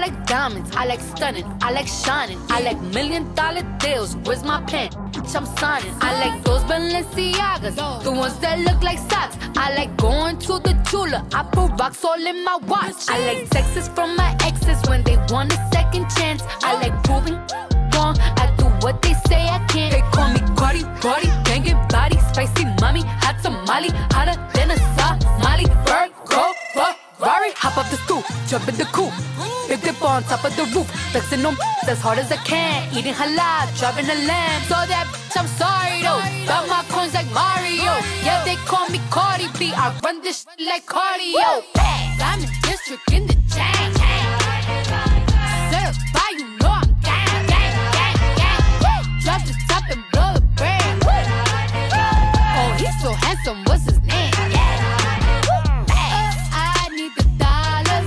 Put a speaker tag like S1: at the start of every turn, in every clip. S1: like diamonds, I like stunning, I like shining, I like million dollar deals. Where's my pen? Bitch, I'm signing. I like those Balenciagas, the ones that look like socks. I like going to the Tula, I put rocks all in my watch. I like texts from my exes when they want a second chance. I like proving wrong, I do what they say I can't. They call me Cardi, Cardi, banging body, spicy mommy, hot tamale, hotter than a Somali. Bird, go, fuck. Rory, hop up the stoop, jump in the coop. Big dip on top of the roof, flexing on as hard as I can. Eating halal, driving a lamb. So that bitch, I'm sorry though. Got my coins like Mario. Yeah, they call me Cardi B. I run this shit like cardio. I'm in district in the chain. Serve by you know I'm gang, gang, gang, gang. Drop the top and blow the brand. Oh, he's so handsome. What's his name? I need the dollars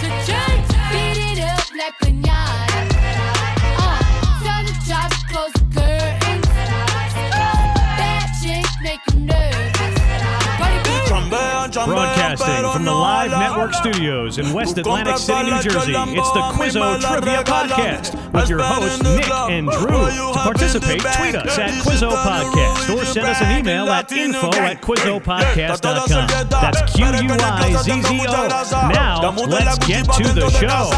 S1: to change. Beat it up like pinata. Uh, tell the job to close the curtains. That chick make you nervous. Cardi B.
S2: Broadcasting from the Live Network studios in West Atlantic City, New Jersey, it's the Quizzo Trivia Podcast with your hosts, Nick and Drew. To participate, tweet us at Quizzo Podcast or send us an email at info at QuizzoPodcast.com. That's Q U I Z Z O. Now, let's get to the show.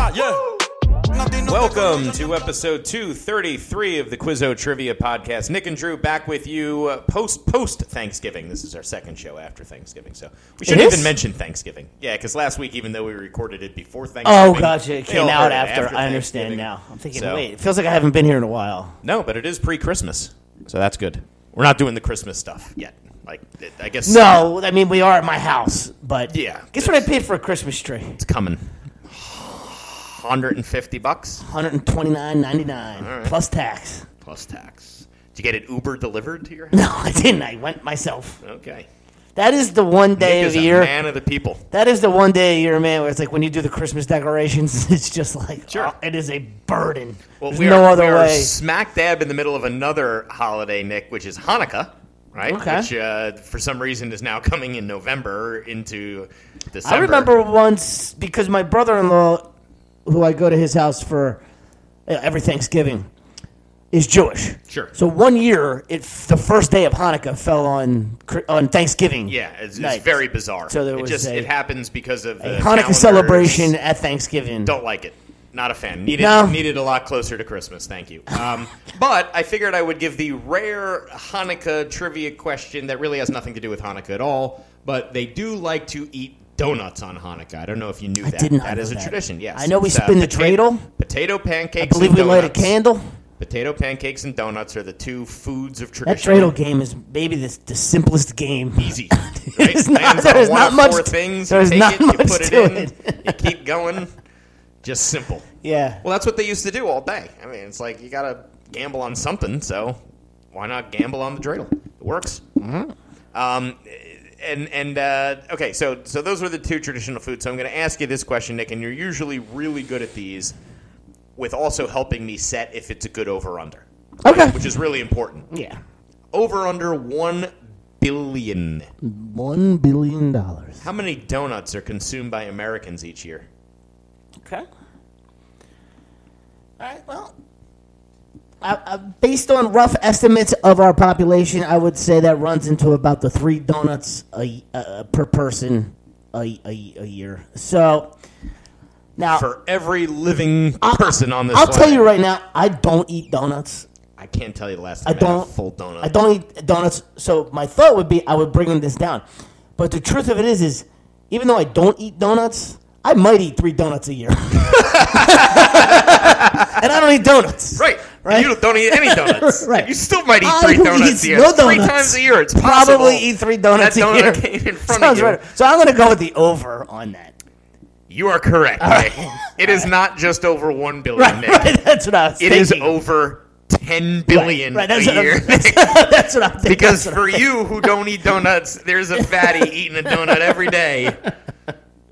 S3: Welcome to episode 233 of the Quizzo Trivia Podcast. Nick and Drew back with you uh, post post Thanksgiving. This is our second show after Thanksgiving, so we shouldn't
S4: is?
S3: even mention Thanksgiving. Yeah, because last week, even though we recorded it before Thanksgiving,
S4: Oh, gotcha. It
S3: they
S4: came
S3: all
S4: out
S3: heard it
S4: after. I understand
S3: Thanksgiving.
S4: now. I'm thinking,
S3: So-
S4: wait, it feels like I haven't been here in a while.
S3: No, but it is pre Christmas, so that's good. We're not doing the Christmas stuff yet. Like, it, I guess
S4: No, I mean we are at my house, but
S3: Yeah.
S4: Guess what I paid for a Christmas tree?
S3: it's coming. 150 bucks
S4: One hundred twenty nine ninety nine plus tax.
S3: plus tax. Did you get it Uber delivered to your house?
S4: No, I didn't. I went myself.
S3: Okay.
S4: That is the one day
S3: Nick
S4: of
S3: is
S4: the
S3: a
S4: year.
S3: man of the people.
S4: That is the one day of the year, man, where it's like when you do the Christmas decorations, it's just like
S3: Sure.
S4: oh, it is a burden.
S3: Well,
S4: There's
S3: we
S4: no
S3: are,
S4: other
S3: we are
S4: way.
S3: smack dab in the middle of another holiday, Nick, which is Hanukkah, right?
S4: Okay.
S3: Which, uh, for some reason, is now coming in November into December.
S4: I remember once because my brother in law, who I go to his house for uh, every Thanksgiving, is Jewish.
S3: Sure.
S4: So one year, it the first day of Hanukkah fell on Chri- on Thanksgiving.
S3: Yeah, it's, it's
S4: night.
S3: very bizarre.
S4: So there
S3: it
S4: was
S3: just
S4: a-
S3: it happens because of the
S4: Hanukkah
S3: calendars.
S4: celebration at Thanksgiving.
S3: Don't like it. Not a fan. Needed
S4: No.
S3: needed a lot closer to Christmas. Thank you. Um, but I figured I would give the rare Hanukkah trivia question that really has nothing to do with Hanukkah at all. But they do like to eat donuts on Hanukkah. I don't know if you knew that.
S4: did not
S3: That
S4: know
S3: is a
S4: that.
S3: tradition. Yes.
S4: I know we
S3: It's, uh,
S4: spin the
S3: potato-
S4: dreidel.
S3: Potato pancakes.
S4: I believe
S3: and
S4: we light a
S3: donuts.
S4: candle.
S3: Potato pancakes and donuts are the two foods of
S4: That
S3: tradition.
S4: dreidel game is maybe the, the simplest game.
S3: easy.
S4: It is not- there is not much
S3: Four
S4: to-
S3: things.
S4: there
S3: you
S4: is
S3: take
S4: not
S3: it, you
S4: much
S3: put it
S4: to
S3: in.
S4: it.
S3: you keep going. Just simple.
S4: Yeah.
S3: Well, that's what they used to do all day. I mean, it's like you gotta gamble on something, so why not gamble on the dreidel? It works.
S4: Mm-hmm.
S3: Um, and and uh, okay, so so those were the two traditional foods. So I'm going to ask you this question, Nick, and you're usually really good at these, with also helping me set if it's a good over under,
S4: Okay.
S3: which is really important.
S4: Yeah.
S3: Over under one billion.
S4: One billion dollars.
S3: How many donuts are consumed by Americans each year?
S4: Okay. All right. Well, I, I, Uh, based on rough estimates of our population, I would say that runs into about the three donuts a, uh, per person a, a, a year. So now
S3: For every living person on this
S4: I'll tell
S3: planet.
S4: you right now, I don't eat donuts.
S3: I can't tell you the last
S4: I
S3: time I,
S4: don't
S3: had a full donut.
S4: I don't eat donuts. So my thought would be I would bring this down. But the truth of it is, is even though I don't eat donuts, I might eat three donuts a year. and I don't eat donuts.
S3: Right.
S4: Right.
S3: You don't eat any donuts.
S4: Right.
S3: You still might eat
S4: I
S3: three
S4: who
S3: donuts
S4: eats
S3: a year.
S4: no
S3: Three
S4: donuts.
S3: times a year. It's possible.
S4: Probably eat three donuts
S3: that
S4: a
S3: donut
S4: year.
S3: came in front
S4: Sounds
S3: of you.
S4: right. So I'm going to go with the over on that.
S3: You are correct. Nick. It is not just over one billion, Nick.
S4: Right, that's what I was
S3: It
S4: thinking.
S3: is over ten billion
S4: Right, that's,
S3: a
S4: what I'm-
S3: year.
S4: that's, that's what I'm thinking.
S3: because
S4: That's what I'm
S3: for you who don't eat donuts, there's a fatty eating a donut every day.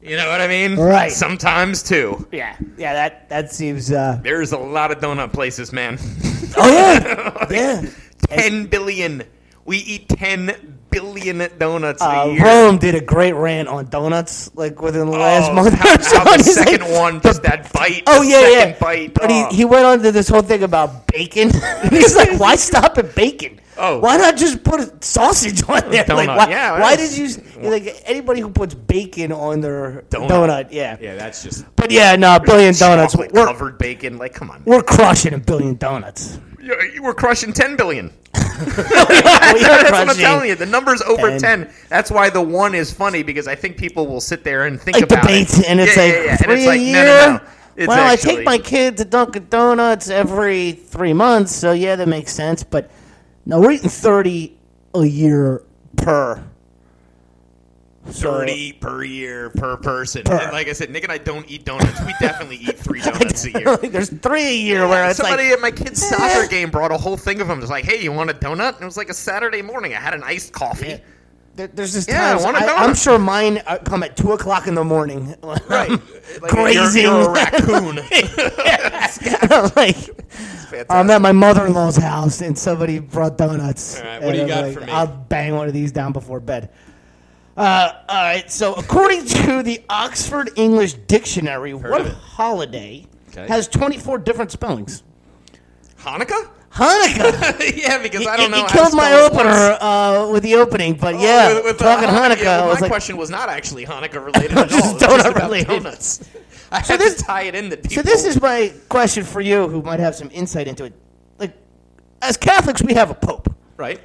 S3: You know what I mean?
S4: Right.
S3: Sometimes two.
S4: Yeah, yeah, that that seems. Uh,
S3: There's a lot of donut places, man.
S4: oh yeah, yeah.
S3: ten billion. We eat ten billion billion donuts a
S4: Uh,
S3: year.
S4: Rome did a great rant on donuts, like within the last
S3: Oh,
S4: month.
S3: how-
S4: or so.
S3: how the
S4: He's
S3: second
S4: like-
S3: one, just that bite.
S4: Oh
S3: the
S4: yeah,
S3: second
S4: yeah.
S3: bite.
S4: But
S3: oh.
S4: he, he went on to this whole thing about bacon. He's like, why stop at bacon?
S3: Oh.
S4: why not just put a sausage on there? Like,
S3: Donut,
S4: why,
S3: yeah,
S4: why
S3: yeah.
S4: did you? Like anybody who puts bacon on their
S3: Donut.
S4: donut, yeah.
S3: yeah, that's just
S4: But yeah, no, a billion donuts.
S3: chocolate
S4: We're,
S3: covered bacon. Like, come on, man.
S4: we're crushing a billion donuts.
S3: You're, you were crushing ten billion.
S4: We are
S3: That's what I'm
S4: crushing.
S3: telling you. The number's over
S4: And-
S3: ten. That's why the one is funny because I think people will sit there and think
S4: Like
S3: about
S4: debates,
S3: it.
S4: and it's
S3: yeah,
S4: like
S3: yeah, yeah.
S4: three
S3: and it's like
S4: a year.
S3: no, no, no. It's
S4: well, I
S3: actually-
S4: take my kid to Dunkin' Donuts every three months, so yeah, that makes sense. But no, we're eating thirty a year per. So-
S3: thirty per year per person. And like I said, Nick and I don't eat donuts. We definitely eat three donuts a year.
S4: There's three a year where it's
S3: Somebody
S4: like, "Eh."
S3: at my kid's soccer game brought a whole thing of them. It was like, "Hey, you want a donut?" And it was like a Saturday morning. I had an iced coffee.
S4: eh, there- there's just
S3: Yeah, I
S4: times
S3: want a
S4: I, am
S3: donut.
S4: sure mine uh, come at two o'clock in the morning.
S3: Right, like,
S4: Grazing.
S3: You're, you're a raccoon.
S4: I'm like, I'm at my mother-in-law's house and somebody brought donuts. All
S5: right, what do you got for me?
S4: I'll bang one of these down before bed. Uh, all right. So according to the Oxford English Dictionary, what
S5: of it.
S4: holiday
S5: Okay.
S4: has 24 different spellings?
S3: Hanukkah?
S4: Hanukkah.
S3: yeah, because I
S4: It-
S3: don't know.
S4: It,
S3: how to
S4: killed my
S3: spell it
S4: opener
S3: once.
S4: uh, with the opening, but
S3: Oh,
S4: yeah,
S3: with- with the
S4: talking Hanukkah,
S3: yeah,
S4: I
S3: well,
S4: was
S3: my
S4: like,
S3: question was not actually Hanukkah related at all.
S4: Just
S3: It was just
S4: donut
S3: about
S4: related.
S3: Donuts. I had
S4: this-
S3: to tie it in. That people,
S4: So this is my question for you, who might have some insight into it. Like, as Catholics, we have a pope,
S3: right.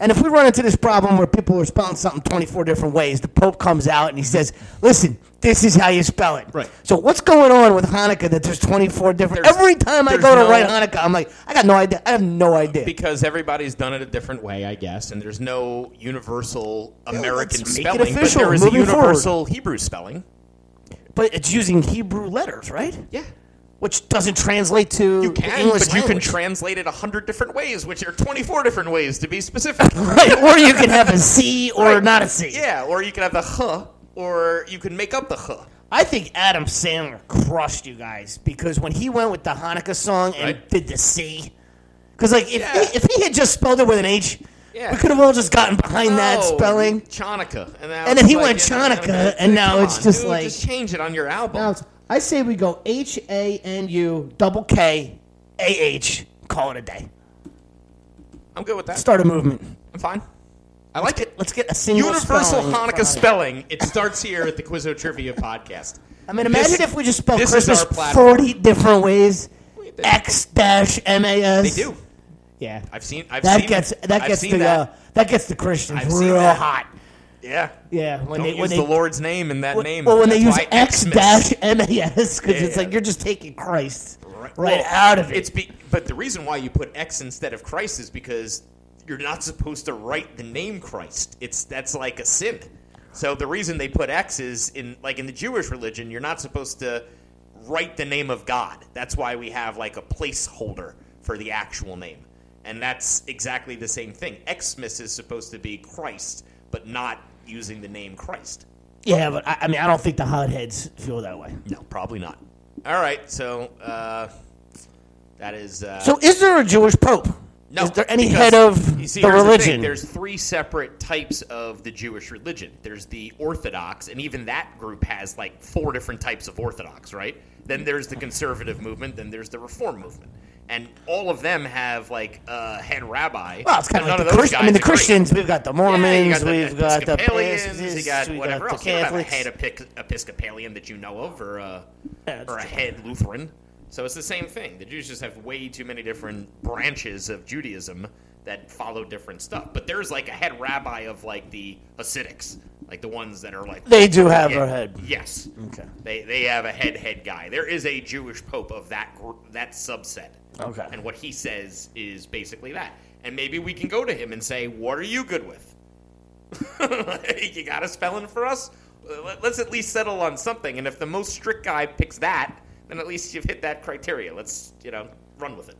S4: and if we run into this problem where people are spelling something twenty-four different ways, the pope comes out and he says, "Listen, this is how you spell it."
S5: Right.
S4: So what's going on with Hanukkah that there's twenty-four different?
S3: There's-
S4: Every time I
S3: there's
S4: go to
S3: no-
S4: write Hanukkah, I'm like, I got no idea. I have no idea.
S3: because everybody's done it a different way, I guess, and there's no universal American
S4: let's make it
S3: spelling, but
S4: official,
S3: there is a
S4: moving forward.
S3: universal Hebrew spelling.
S4: But it's using Hebrew letters, right?
S3: Yeah.
S4: Which doesn't translate to
S3: You
S4: the
S3: can,
S4: English
S3: but you can
S4: language.
S3: translate it a hundred different ways, which are twenty-four different ways to be specific.
S4: Right, or you can have a C or
S3: Right.
S4: not a C.
S3: yeah, or you can have the huh, or you can make up the huh.
S4: I think Adam Sandler crushed you guys because when he went with the Hanukkah song and
S3: Right.
S4: did the C, because like if
S3: Yeah.
S4: he, if he had just spelled it with an H,
S3: Yeah.
S4: we could have all just gotten behind that
S3: No,
S4: spelling.
S3: Oh, Chanukah, and, I
S4: And
S3: was
S4: then he
S3: like,
S4: went
S3: yeah,
S4: Chanukah,
S3: okay,
S4: and now
S3: come
S4: it's
S3: on,
S4: just
S3: dude,
S4: like-
S3: just change it on your album.
S4: Now, it's- I say we go H A N U double K A H. Call it a day.
S3: I'm good with that.
S4: Start a movement.
S3: I'm fine. I like it.
S4: Let's get a single
S3: Universal
S4: spelling for
S3: Hanukkah spelling. It starts here at the Quizzo Trivia podcast.
S4: I mean, imagine
S3: This-
S4: if we just spelled
S3: this is
S4: Christmas
S3: our platform.
S4: forty different ways.
S3: They-
S4: X dash M A S.
S3: They do.
S4: Yeah.
S3: I've seen. I've
S4: that
S3: seen
S4: gets
S3: it.
S4: that
S3: I've
S4: gets
S3: seen
S4: the
S3: that.
S4: Uh, that gets the Christians
S3: I've seen
S4: real
S3: that.
S4: hot.
S3: yeah.
S4: Yeah, when
S3: Don't
S4: they when
S3: use
S4: they
S3: the Lord's name in that
S4: well,
S3: name.
S4: well when they
S3: That's
S4: use
S3: why
S4: X
S3: Xmas.
S4: dash MAS because it's
S3: Yeah.
S4: like you're just taking Christ right,
S3: Well,
S4: out of it.
S3: It's be, but the reason why you put X instead of Christ is because you're not supposed to write the name Christ. It's that's like a sin. So the reason they put X is in like in the Jewish religion, you're not supposed to write the name of God. That's why we have like a placeholder for the actual name. And that's exactly the same thing. Xmas is supposed to be Christ, but not using the name Christ.
S4: yeah, but I, I mean I don't think the hotheads feel that way.
S3: No, probably not. All right, so uh, that is uh,
S4: So is there a Jewish pope?
S3: No,
S4: Is there any
S3: because-
S4: head of
S3: you see,
S4: the
S3: here's thing.
S4: religion?
S3: there's three separate types of the Jewish religion. There's the Orthodox, and even that group has like four different types of Orthodox, right? Then there's the conservative movement. Then there's the Reform movement, and all of them have like a head rabbi.
S4: well, it's
S3: but
S4: kind of
S3: none
S4: like the
S3: those
S4: Christians. I mean,
S3: guys
S4: the
S3: agree.
S4: Christians. We've got the Mormons.
S3: Yeah, you got the
S4: we've got the
S3: Episcopalians,
S4: Baptists,
S3: you got
S4: we've
S3: whatever
S4: got
S3: else.
S4: the
S3: You don't have a
S4: Catholics.
S3: head Epic- Episcopalian that you know of, or a,
S4: Yeah, that's
S3: or a
S4: true.
S3: head Lutheran. So it's the same thing. The Jews just have way too many different branches of Judaism that follow different stuff. But there's like a head rabbi of like the Hasidics, like the ones that are like
S4: They do have
S3: Yeah,
S4: a head.
S3: Yes.
S4: Okay.
S3: They they have a head head guy. There is a Jewish pope of that gr- that subset.
S4: Okay.
S3: And what he says is basically that. And maybe we can go to him and say, "What are you good with? you got a spelling for us? Uh, let- Let's at least settle on something. And if the most strict guy picks that, then at least you've hit that criteria. Let's you know run with it."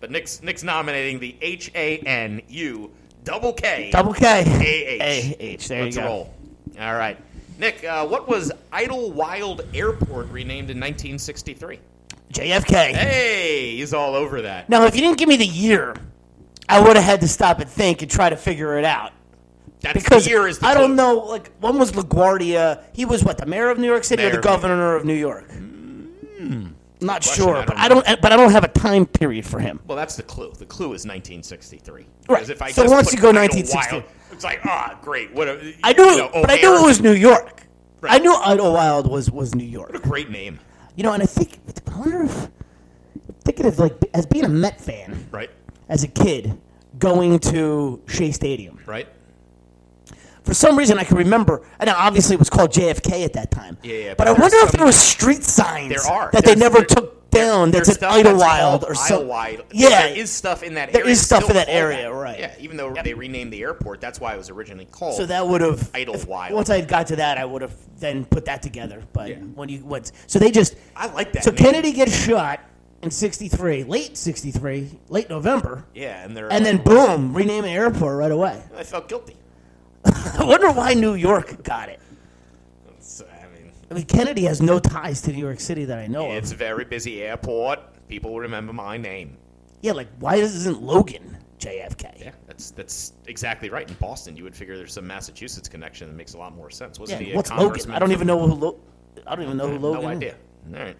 S3: But Nick's Nick's nominating the H A N U double K
S4: Double K.
S3: A-H.
S4: A-H. There
S3: Let's
S4: you go.
S3: roll. All right. Nick, uh, what was Idlewild Airport renamed in 1963?
S4: JFK.
S3: Hey, he's all over that.
S4: Now, if you didn't give me the year, I would have had to stop and think and try to figure it out.
S3: That's
S4: because
S3: the year is the
S4: I don't
S3: clue.
S4: know. Like one was LaGuardia. He was what the mayor of New York City or
S3: Mayor
S4: the
S3: of- Hmm.
S4: governor of New York. Not sure,
S3: I
S4: but
S3: don't
S4: I don't. But I don't have a time period for him.
S3: Well, that's the clue. The clue is 1963.
S4: Right.
S3: Because if I
S4: So
S3: just
S4: once
S3: put
S4: you go
S3: Idlewild,
S4: 1963.
S3: it's like, ah, great. What a,
S4: I knew,
S3: you know,
S4: but I knew it
S3: O'Hare.
S4: was New
S3: oh,
S4: York. I
S3: Right.
S4: knew Idlewild was was New York.
S3: great name,
S4: You know, and I think I wonder if thinking of like as being a Met fan
S3: right?
S4: as a kid going to Shea Stadium.
S3: Right.
S4: For some reason, I can remember. And now, obviously, it was called JFK at that time.
S3: Yeah, yeah,
S4: But,
S3: but
S4: I
S3: there's
S4: wonder if
S3: some-
S4: there were street signs
S3: There are.
S4: that they
S3: There's-
S4: never
S3: there-
S4: took down. That's
S3: There's
S4: at
S3: stuff that's
S4: Idlewild
S3: called
S4: or something.
S3: Idlewild.
S4: Yeah,
S3: There is stuff in that
S4: There
S3: area.
S4: is stuff
S3: still
S4: in that
S3: called
S4: area, right.
S3: Yeah, even though they renamed the airport, that's why it was originally called.
S4: So that would have
S3: Idlewild.
S4: Once I got to that, I would have then put that together. But
S3: Yeah.
S4: when you once, so they just
S3: I like that
S4: So
S3: name.
S4: Kennedy gets shot in '63, late '63, late November,
S3: Yeah, and they're
S4: and then boom, rename an airport right away.
S3: I felt guilty.
S4: I wonder why New York got it.
S3: It's, I mean,
S4: I mean, Kennedy has no ties to New York City that I know of.
S3: it's a very busy airport. People remember my name.
S4: Yeah, like why isn't Logan JFK?
S3: Yeah, that's that's exactly right. In Boston, you would figure there's some Massachusetts connection that makes a lot more sense.
S4: Yeah,
S3: Wasn't he a
S4: what's Logan?
S3: congressman
S4: I don't
S3: from-
S4: even know who. Lo- I don't even know who Logan.
S3: No
S4: is.
S3: idea. All right.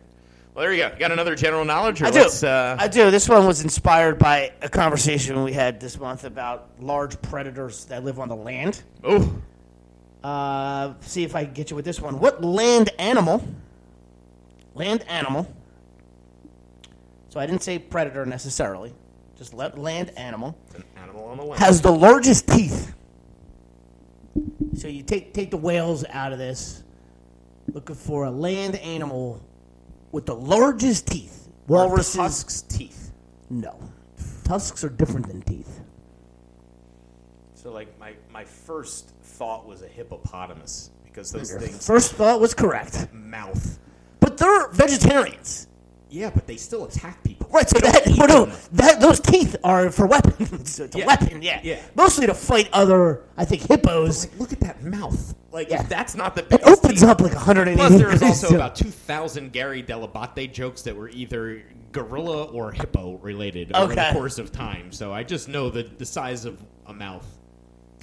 S3: Well, there you go. You got another general knowledge? Or
S4: I do.
S3: let's, uh,
S4: I do. This one was inspired by a conversation we had this month about large predators that live on the land.
S3: oh,
S4: Uh, see if I can get you with this one. What land animal? Land animal. So I didn't say predator necessarily. Just le- land animal
S3: an animal on the land.
S4: has the largest teeth. So you take take the whales out of this. Looking for a land animal with the largest teeth. Walruses.
S3: Tusk's teeth.
S4: No. Tusks are different than teeth.
S3: So, like, my, my first thought was a hippopotamus because those things
S4: First thought was correct.
S3: mouth.
S4: But they're vegetarians.
S3: Yeah, but they still attack people.
S4: Right, so
S3: They don't
S4: that,
S3: eat
S4: well, no,
S3: them.
S4: that those teeth are for weapons. So it's a
S3: Yeah.
S4: weapon, yeah.
S3: Yeah.
S4: Mostly to fight other, I think, hippos.
S3: Like, look at that mouth. Like,
S4: Yeah.
S3: if that's not the
S4: It
S3: biggest
S4: opens
S3: teeth-
S4: up like 180
S3: Plus, there was
S4: degrees
S3: also
S4: to-
S3: about 2,000 Gary Delabate jokes that were either gorilla or hippo related over
S4: Okay.
S3: the course of time. So I just know that the size of a mouth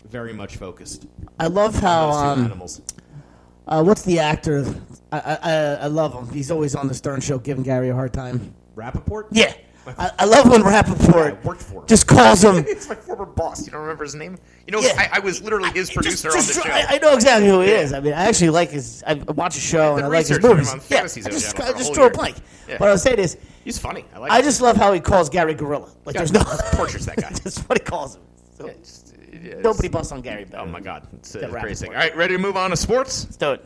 S3: very much focused.
S4: I love how,
S3: Those two
S4: um,
S3: animals.
S4: uh, what's the actor? I, I, I, I love him. He's always on the Stern Show giving Gary a hard time.
S3: Rappaport?
S4: Yeah. I, I love when Rappaport
S3: Yeah, I worked for him.
S4: just calls him.
S3: It's my former boss. You don't remember his name? You know,
S4: Yeah.
S3: I, I was literally his producer
S4: Just-
S3: on
S4: just-
S3: the show.
S4: I, I know exactly who he
S3: Yeah.
S4: is. I mean, I actually like his. I watch his show and I like his
S3: research on him
S4: movies.
S3: on
S4: yeah, I
S3: Fantasy Zone
S4: just,
S3: Channel
S4: I
S3: for a
S4: just
S3: whole
S4: drew a
S3: year.
S4: blank.
S3: Yeah.
S4: What I was saying is,
S3: He's funny. I like
S4: I
S3: him.
S4: just love how he calls Gary Gorilla. Like,
S3: Yeah,
S4: there's no
S3: tortures that guy.
S4: That's what he calls him. So,
S3: Yeah, just- yeah, it's-
S4: nobody busts on Gary. Better.
S3: Oh, my God. It's,
S4: The
S3: uh, crazy.
S4: Rappaport.
S3: All right, ready to move on to sports?
S4: Let's do it.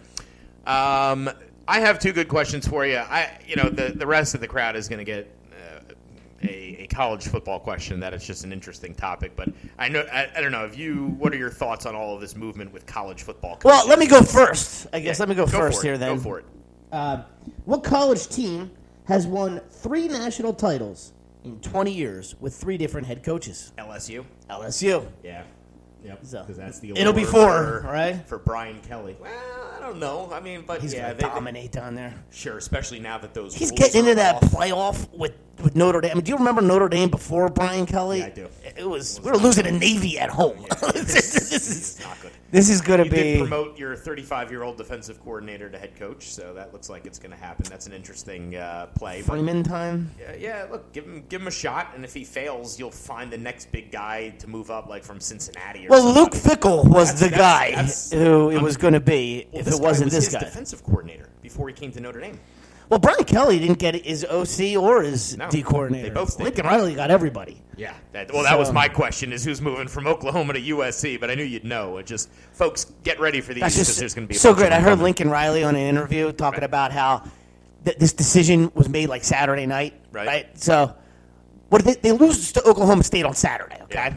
S3: Um, I have two good questions for you. I, you know, the, the rest of the crowd is going to get uh, a, a college football question. That it's just an interesting topic, but I know I, I don't know if you. What are your thoughts on all of this movement with college football?
S4: Well, let me go first. I guess let me go,
S3: for
S4: first
S3: it.
S4: here. Then
S3: Go for it.
S4: Uh, what college team has won three national titles in 20 years with three different head coaches?
S3: LSU.
S4: LSU.
S3: Yeah. Yep.
S4: So,
S3: that's the
S4: it'll be
S3: award
S4: four,
S3: for-
S4: right?
S3: For Brian Kelly. Well, I don't know. I mean, but
S4: He's
S3: yeah,
S4: gonna
S3: they- they-
S4: dominate down there.
S3: sure, especially now that those
S4: He's
S3: rules
S4: getting
S3: are
S4: into that
S3: off.
S4: playoff with, with Notre Dame. I mean, do you remember Notre Dame before Brian Kelly?
S3: Yeah, I do.
S4: It was we were losing to Navy at home. this,
S3: It's
S4: is,
S3: not good.
S4: this is going to
S3: You did
S4: be.
S3: promote your 35 year old defensive coordinator to head coach, so that looks like it's going to happen. That's an interesting uh, play. But,
S4: Freeman time.
S3: uh, yeah, look, give him give him a shot, and if he fails, you'll find the next big guy to move up, like from Cincinnati. Or
S4: Well, Luke
S3: somebody.
S4: Fickle was the
S3: that's-
S4: guy
S3: that's-
S4: who it was going to be
S3: Well,
S4: if
S3: this
S4: it
S3: guy
S4: wasn't
S3: was
S4: this
S3: his
S4: guy.
S3: defensive coordinator before he came to Notre Dame.
S4: Well, Brian Kelly didn't get his OC or his
S3: No,
S4: D coordinator.
S3: they both did.
S4: Lincoln Riley got everybody.
S3: Yeah. That, well, that was
S4: So-
S3: my question: is who's moving from Oklahoma to USC? But I knew you'd know. It just folks get ready for these
S4: That's
S3: because
S4: just
S3: there's going to be a
S4: so
S3: bunch of
S4: great. I
S3: them
S4: heard
S3: coming.
S4: Lincoln Riley on an interview talking
S3: Right.
S4: about how th- this decision was made like Saturday night,
S3: Right.
S4: right? So, what did they, they lose to Oklahoma State on Saturday? Okay,
S3: Yeah.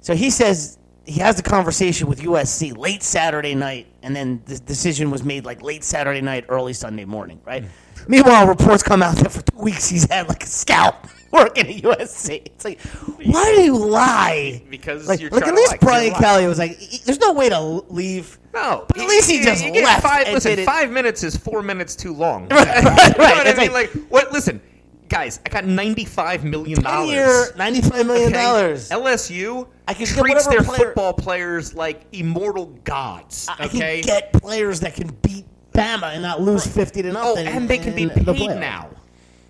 S4: so he says he has the conversation with USC late Saturday night, and then the decision was made like late Saturday night, early Sunday morning, right?
S3: Hmm.
S4: Meanwhile, reports come out that for two weeks he's had like a scout working at USC. It's like, why do you lie?
S3: Because
S4: like,
S3: you're
S4: like
S3: trying
S4: at
S3: to
S4: least
S3: lie, 'cause
S4: Brian
S3: you're lying.
S4: Kelly was like, "E- there's no way to l- leave.
S3: No,
S4: But at least he
S3: you-
S4: just
S3: you get
S4: left
S3: Five,
S4: and
S3: listen,
S4: did it.
S3: five minutes is four minutes too long.
S4: Right,
S3: you know
S4: right,
S3: what I
S4: that's
S3: mean?
S4: right.
S3: Like, what? Listen, guys, I got $95 million.
S4: Ten year, ninety-five million
S3: Okay?
S4: dollars.
S3: LSU
S4: I can get
S3: treats
S4: whatever
S3: their
S4: player-
S3: football players like immortal gods.
S4: I can
S3: okay?
S4: get players that can beat Bama and not lose fifty to
S3: oh,
S4: nothing.
S3: and they can be
S4: in the
S3: paid
S4: playoffs.
S3: now.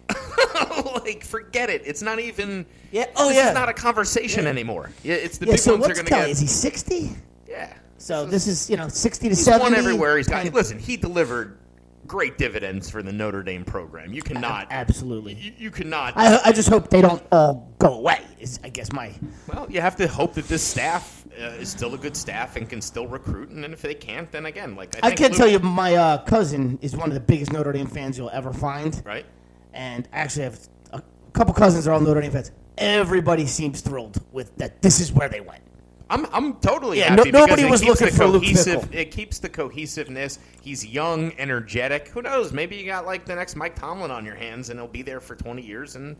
S3: like, forget it. It's not even.
S4: Yeah, oh,
S3: this
S4: yeah.
S3: is not a conversation anymore. Yeah, it's the
S4: Yeah.
S3: big
S4: So
S3: ones are
S4: what's
S3: going to
S4: Kelly?
S3: get.
S4: Is he sixty?
S3: yeah.
S4: So this is you know sixty to
S3: He's
S4: seventy.
S3: won everywhere. He's got.
S4: Kind of-
S3: Listen, he delivered great dividends for the Notre Dame program. You cannot.
S4: Absolutely.
S3: You, you cannot.
S4: I I just hope they don't all go away. Is I guess my
S3: well, you have to hope that this staff uh, is still a good staff and can still recruit. And if they can't, then again, like I,
S4: I
S3: think
S4: can
S3: Luke-
S4: tell you, my uh, cousin is one of the biggest Notre Dame fans you'll ever find.
S3: right.
S4: And I actually have a couple cousins that are all Notre Dame fans. Everybody seems thrilled with that. This is where they went.
S3: I'm I'm totally
S4: Yeah,
S3: happy
S4: no-
S3: because
S4: nobody
S3: it
S4: was
S3: keeps
S4: looking
S3: the
S4: for Luke
S3: cohesive,
S4: Fickell.
S3: It keeps the cohesiveness. He's young, energetic. Who knows? Maybe you got like the next Mike Tomlin on your hands, and he'll be there for 20 years and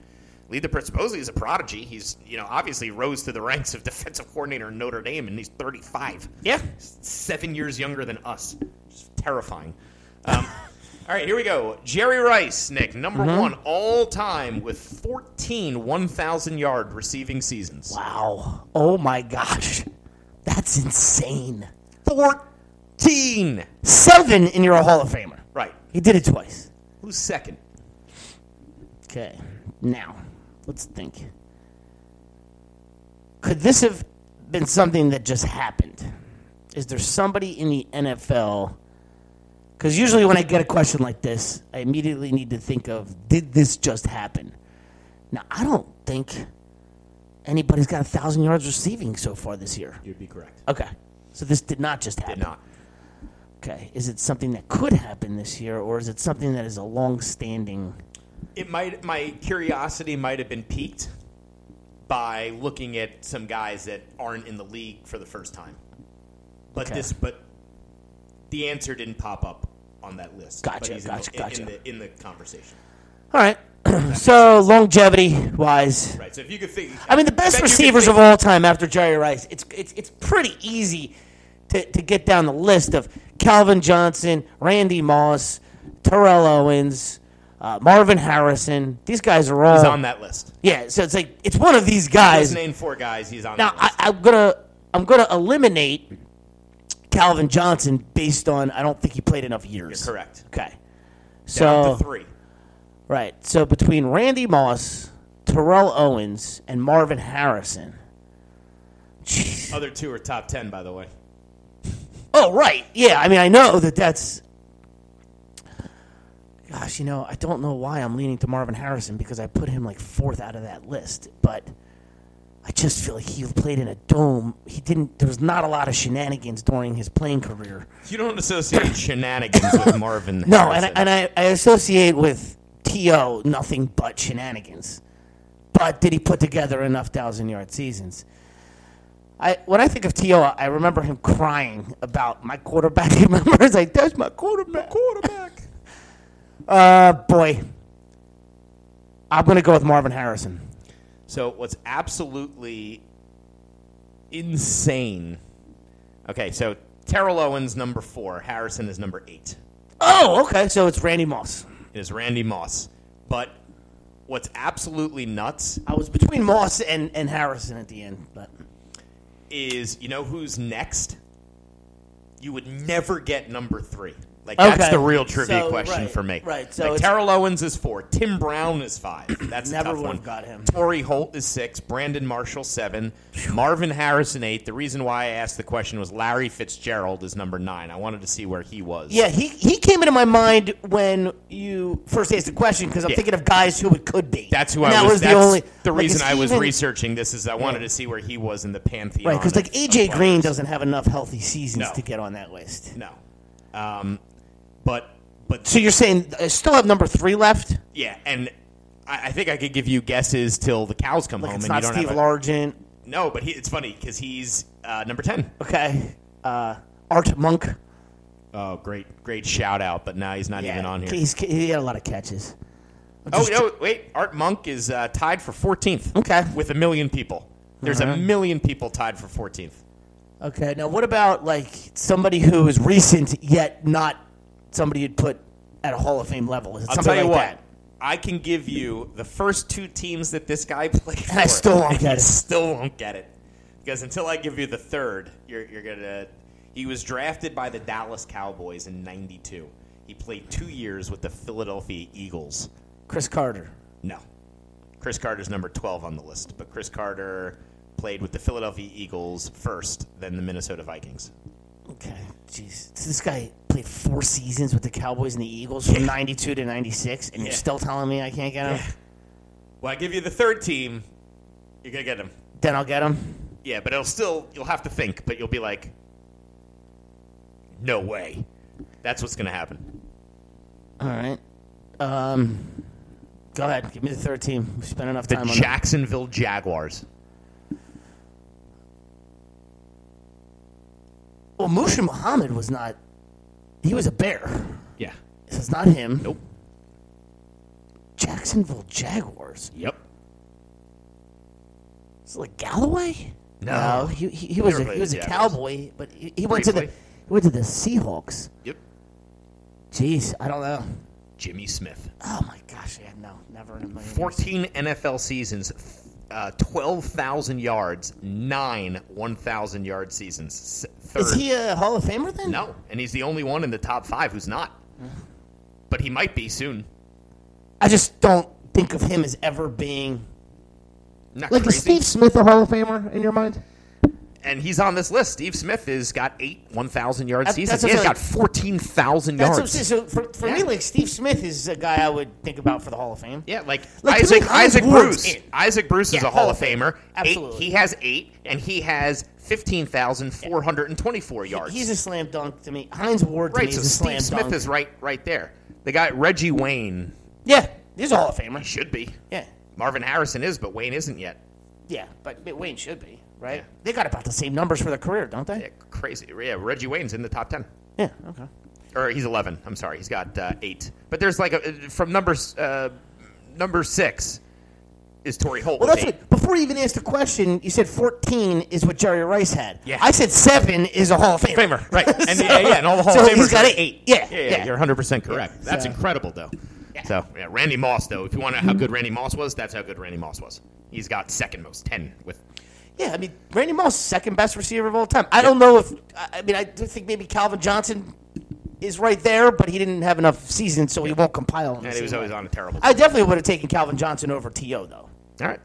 S3: lead the. Supposedly, he's a prodigy. He's you know obviously rose to the ranks of defensive coordinator in Notre Dame, and he's 35.
S4: Yeah.
S3: seven years younger than us. Just terrifying. Um, all right, here we go. Jerry Rice, Nick, number
S4: Mm-hmm.
S3: one all time with 14 1,000 yard receiving seasons.
S4: Wow. Oh my gosh. That's insane.
S3: 14.
S4: Seven and you're a Hall of Famer.
S3: Right.
S4: He did it twice.
S3: Who's second?
S4: Okay. Now, let's think. Could this have been something that just happened? Is there somebody in the NFL? Because usually when I get a question like this, I immediately need to think of did this just happen? Now, I don't think anybody's got a 1,000 yards receiving so far this year.
S3: You'd be correct.
S4: Okay. So this did not just happen.
S3: Did not.
S4: Okay. Is it something that could happen this year, or is it something that is a long standing.
S3: It might. My curiosity might have been piqued by looking at some guys that aren't in the league for the first time. But
S4: Okay.
S3: this, but the answer didn't pop up on that list. But
S4: Gotcha,
S3: he's
S4: gotcha,
S3: in the,
S4: gotcha.
S3: In the, in the conversation,
S4: All right. so longevity wise,
S3: right? So if you could think,
S4: I mean the best
S3: bet you could
S4: receivers of
S3: think-
S4: all time after Jerry Rice. It's it's it's pretty easy to, to get down the list of Calvin Johnson, Randy Moss, Terrell Owens, uh, Marvin Harrison. These guys are all
S3: He's on that list.
S4: Yeah, so it's like it's one of these
S3: Just
S4: guys.
S3: name four guys. He's on.
S4: Now
S3: that
S4: I,
S3: list.
S4: I'm gonna I'm gonna eliminate Calvin Johnson based on I don't think he played enough years.
S3: correct.
S4: Okay. So
S3: Down to three.
S4: Right. So between Randy Moss, Terrell Owens, and Marvin Harrison. Jeez.
S3: Other two are top ten, by the way.
S4: Oh, right. Yeah. I mean, I know that that's. Gosh, you know, I don't know why I'm leaning to Marvin Harrison because I put him like fourth out of that list, but I just feel like he played in a dome. He didn't. There was not a lot of shenanigans during his playing career.
S3: You don't associate shenanigans with Marvin.
S4: No, and I,
S3: Harrison.
S4: and I, I associate with T.O. nothing but shenanigans. But did he put together enough thousand yard seasons? I when I think of T.O., I remember him crying about my quarterback. He remembers like that's my quarterback.
S3: quarterback.
S4: Uh, boy, I'm gonna go with Marvin Harrison.
S3: So what's absolutely insane? Okay, so Terrell Owens number four, Harrison is number eight.
S4: Oh, okay, so it's Randy Moss.
S3: It is Randy Moss. But what's absolutely nuts
S4: I was between Moss and, and Harrison at the end, but
S3: is you know who's next? You would never get number three. Like
S4: Okay.
S3: that's the real trivia
S4: So,
S3: question
S4: right,
S3: for me.
S4: right, so
S3: like,
S4: it's-
S3: Terrell Owens is four. Tim Brown is five. That's
S4: Never
S3: a tough
S4: would've
S3: one.
S4: got him.
S3: Torrey Holt is six. Brandon Marshall seven. Marvin Harrison eight. The reason why I asked the question was Larry Fitzgerald is number nine. I wanted to see where he was.
S4: Yeah, he, he came into my mind when you first asked the question because I'm
S3: Yeah.
S4: thinking of guys who it could be.
S3: That's who
S4: And
S3: I
S4: that
S3: was.
S4: the
S3: that's
S4: only
S3: the
S4: like,
S3: reason
S4: is
S3: I
S4: he
S3: was
S4: even-
S3: researching this is I wanted to see where he was in the pantheon.
S4: right because like
S3: of-
S4: AJ
S3: of
S4: Green
S3: players.
S4: doesn't have enough healthy seasons
S3: No.
S4: to get on that list.
S3: No, um, but but
S4: So you're saying uh, still have number three left?
S3: Yeah, and I, I think I could give you guesses till the cows come
S4: Like
S3: home.
S4: it's
S3: and
S4: not
S3: you don't
S4: Steve
S3: have a-
S4: Largent.
S3: No, but he, it's funny because he's uh, number ten.
S4: Okay, uh, Art Monk.
S3: Oh, great, great shout out! But now he's not even on here.
S4: He's, he had a lot of catches.
S3: Oh no, wait! Art Monk is uh, tied for 14th.
S4: Okay.
S3: with a million people. There's a million people tied for 14th.
S4: Okay, now what about like somebody who is recent yet not somebody you'd put at a Hall of Fame level? Is it
S3: I'll
S4: somebody
S3: tell you
S4: like
S3: what.
S4: that?
S3: I can give you the first two teams that this guy played for.
S4: And I still won't
S3: and
S4: get
S3: you
S4: it.
S3: Still won't get it because until I give you the third, you're you're gonna. He was drafted by the Dallas Cowboys in '92. He played two years with the Philadelphia Eagles.
S4: Chris Carter.
S3: No. Chris Carter's number 12 on the list, but Chris Carter played with the Philadelphia Eagles first, then the Minnesota Vikings.
S4: Okay, jeez, so this guy played four seasons with the Cowboys and the Eagles from '92 to '96, and you're
S3: Yeah.
S4: still telling me I can't get him?
S3: Well, I give you the third team, you're going to get him.
S4: Then I'll get him.
S3: Yeah, but it'll still, you'll have to think, but you'll be like, no way. That's what's going to happen.
S4: All right. Um, go ahead. Give me the third team. We spent enough
S3: The
S4: time on that.
S3: Jacksonville Jaguars.
S4: Well, Musha Muhammad was not. He was a bear.
S3: Yeah.
S4: So it's not him.
S3: Nope.
S4: Jacksonville Jaguars.
S3: Yep.
S4: Is it like Galloway?
S3: No.
S4: he, he, he was
S3: Never
S4: a,
S3: played
S4: he was a
S3: the Jaguars.
S4: cowboy, but he, he went to the he
S3: Briefly.
S4: went to the Seahawks.
S3: Yep.
S4: Jeez, I don't know.
S3: Jimmy Smith.
S4: Oh my gosh, yeah, no, never in a million. years.
S3: 14 NFL seasons, uh, 12,000 yards, nine 1,000 yard seasons. S- Third.
S4: Is he a Hall of Famer then?
S3: no, and he's the only one in the top five who's not.
S4: Mm.
S3: But he might be soon.
S4: I just don't think of him as ever being
S3: Not
S4: like
S3: crazy.
S4: is Steve Smith a Hall of Famer in your mind?
S3: and he's on this list. Steve Smith has got eight 1,000 yard
S4: That-
S3: seasons.
S4: that's what
S3: He's
S4: I'm
S3: got
S4: saying.
S3: 14,000
S4: That's what I'm
S3: yards.
S4: saying. So for, for me,
S3: Yeah.
S4: like Steve Smith is a guy I would think about for the Hall of Fame.
S3: Yeah, like,
S4: Like, to
S3: Isaac
S4: me, Heinz
S3: Isaac
S4: Ward's
S3: Bruce.
S4: in.
S3: Isaac Bruce is
S4: Yeah,
S3: a Hall of Famer.
S4: Absolutely.
S3: Eight, he has eight, and he has 15,424 yards.
S4: He's a slam dunk to me. Heinz Ward to
S3: Right,
S4: me
S3: so
S4: is a slam
S3: Steve Smith
S4: dunk.
S3: is right right there. The guy Reggie Wayne
S4: yeah, he's a Hall of Famer.
S3: should be.
S4: Yeah,
S3: Marvin Harrison is, but Wayne isn't yet.
S4: yeah, but but Wayne should be right.
S3: Yeah.
S4: They got about the same numbers for their career, don't
S3: Yeah,
S4: they?
S3: crazy. Yeah, Reggie Wayne's in the top ten,
S4: Yeah. Okay.
S3: or he's eleven. I'm sorry, he's got uh, eight. But there's like a from numbers uh, number six is Torrey Holt.
S4: Well,
S3: with
S4: that's
S3: eight.
S4: what, before you even asked the question, you said 14 is what Jerry Rice had.
S3: Yeah.
S4: I said 7 is a Hall of Famer.
S3: Famer, right? And yeah, yeah, and all the Hall
S4: so
S3: of Famers
S4: he's got
S3: are
S4: an eight. Yeah,
S3: Yeah, yeah,
S4: yeah.
S3: you're 100 percent correct. that's
S4: so-
S3: incredible, though. So yeah, Randy Moss, though, if you want to know how good Randy Moss was, that's how good Randy Moss was. He's got second most, ten with
S4: Yeah, I mean, Randy Moss, second best receiver of all time. I don't know if, I I mean, I do think maybe Calvin Johnson is right there, but he didn't have enough seasons, so he won't compile. in the
S3: and he was
S4: same
S3: always
S4: way.
S3: on a terrible.
S4: I definitely would have taken Calvin Johnson over T.O., though.
S3: all right,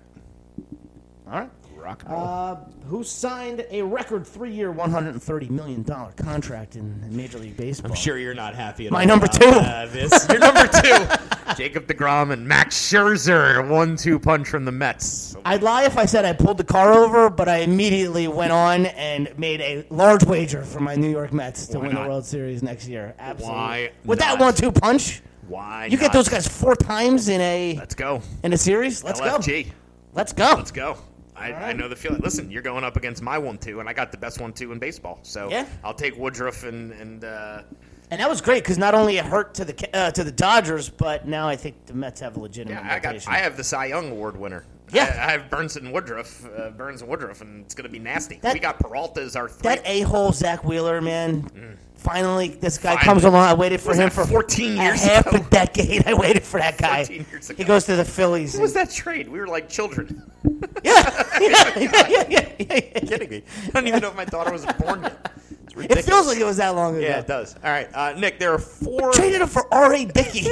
S4: All right.
S3: rock and roll.
S4: Who signed a record three year, $130 million contract in Major League Baseball?
S5: I'm sure you're not happy. At
S4: My
S5: all
S4: number
S5: about,
S4: two.
S5: Uh, this.
S3: Your number two, Jacob DeGrom and Max Scherzer, one-two punch from the Mets.
S4: I'd lie if I said I pulled the car over, but I immediately went on and made a large wager for my New York Mets to
S3: Why
S4: win the
S3: not?
S4: World Series next year. Absolutely.
S3: Why
S4: With that
S3: not?
S4: one-two punch,
S3: Why?
S4: you get
S3: not?
S4: those guys four times in a
S3: Let's go.
S4: in a series. Let's
S3: LFG.
S4: go. Let's go.
S3: Let's go. I, I know the feeling. Listen, you're going up against my one-two, and I got the best one-two in baseball. So
S4: Yeah.
S3: I'll take Woodruff and and uh,
S4: And that was great because not only it hurt to the Ca- uh, to the Dodgers, but now I think the Mets have a legitimate
S3: yeah, I got
S4: rotation.
S3: I have the Cy Young Award winner.
S4: Yeah.
S3: I, I have Burns and Woodruff, uh, Burns and Woodruff, and it's going to be nasty.
S4: That-
S3: we got Peralta as our three.
S4: that a hole Zach Wheeler, man. Finally, this
S3: Mm.
S4: guy
S3: Finally.
S4: comes along. I waited for
S3: Was
S4: him
S3: that
S4: for
S3: 14
S4: a
S3: years
S4: half
S3: ago?
S4: a decade. I waited for that guy.
S3: 14 years
S4: He
S3: ago.
S4: goes to the Phillies.
S3: what was that trade? We were like children.
S4: Yeah, yeah, yeah, yeah, yeah, yeah, yeah.
S3: kidding me? I don't even know if my daughter was born yet. It's
S4: It
S3: ridiculous.
S4: feels like it was that long ago.
S3: Yeah, it does. All right, uh, Nick. There are four
S4: Traded him for R.A. Dickey,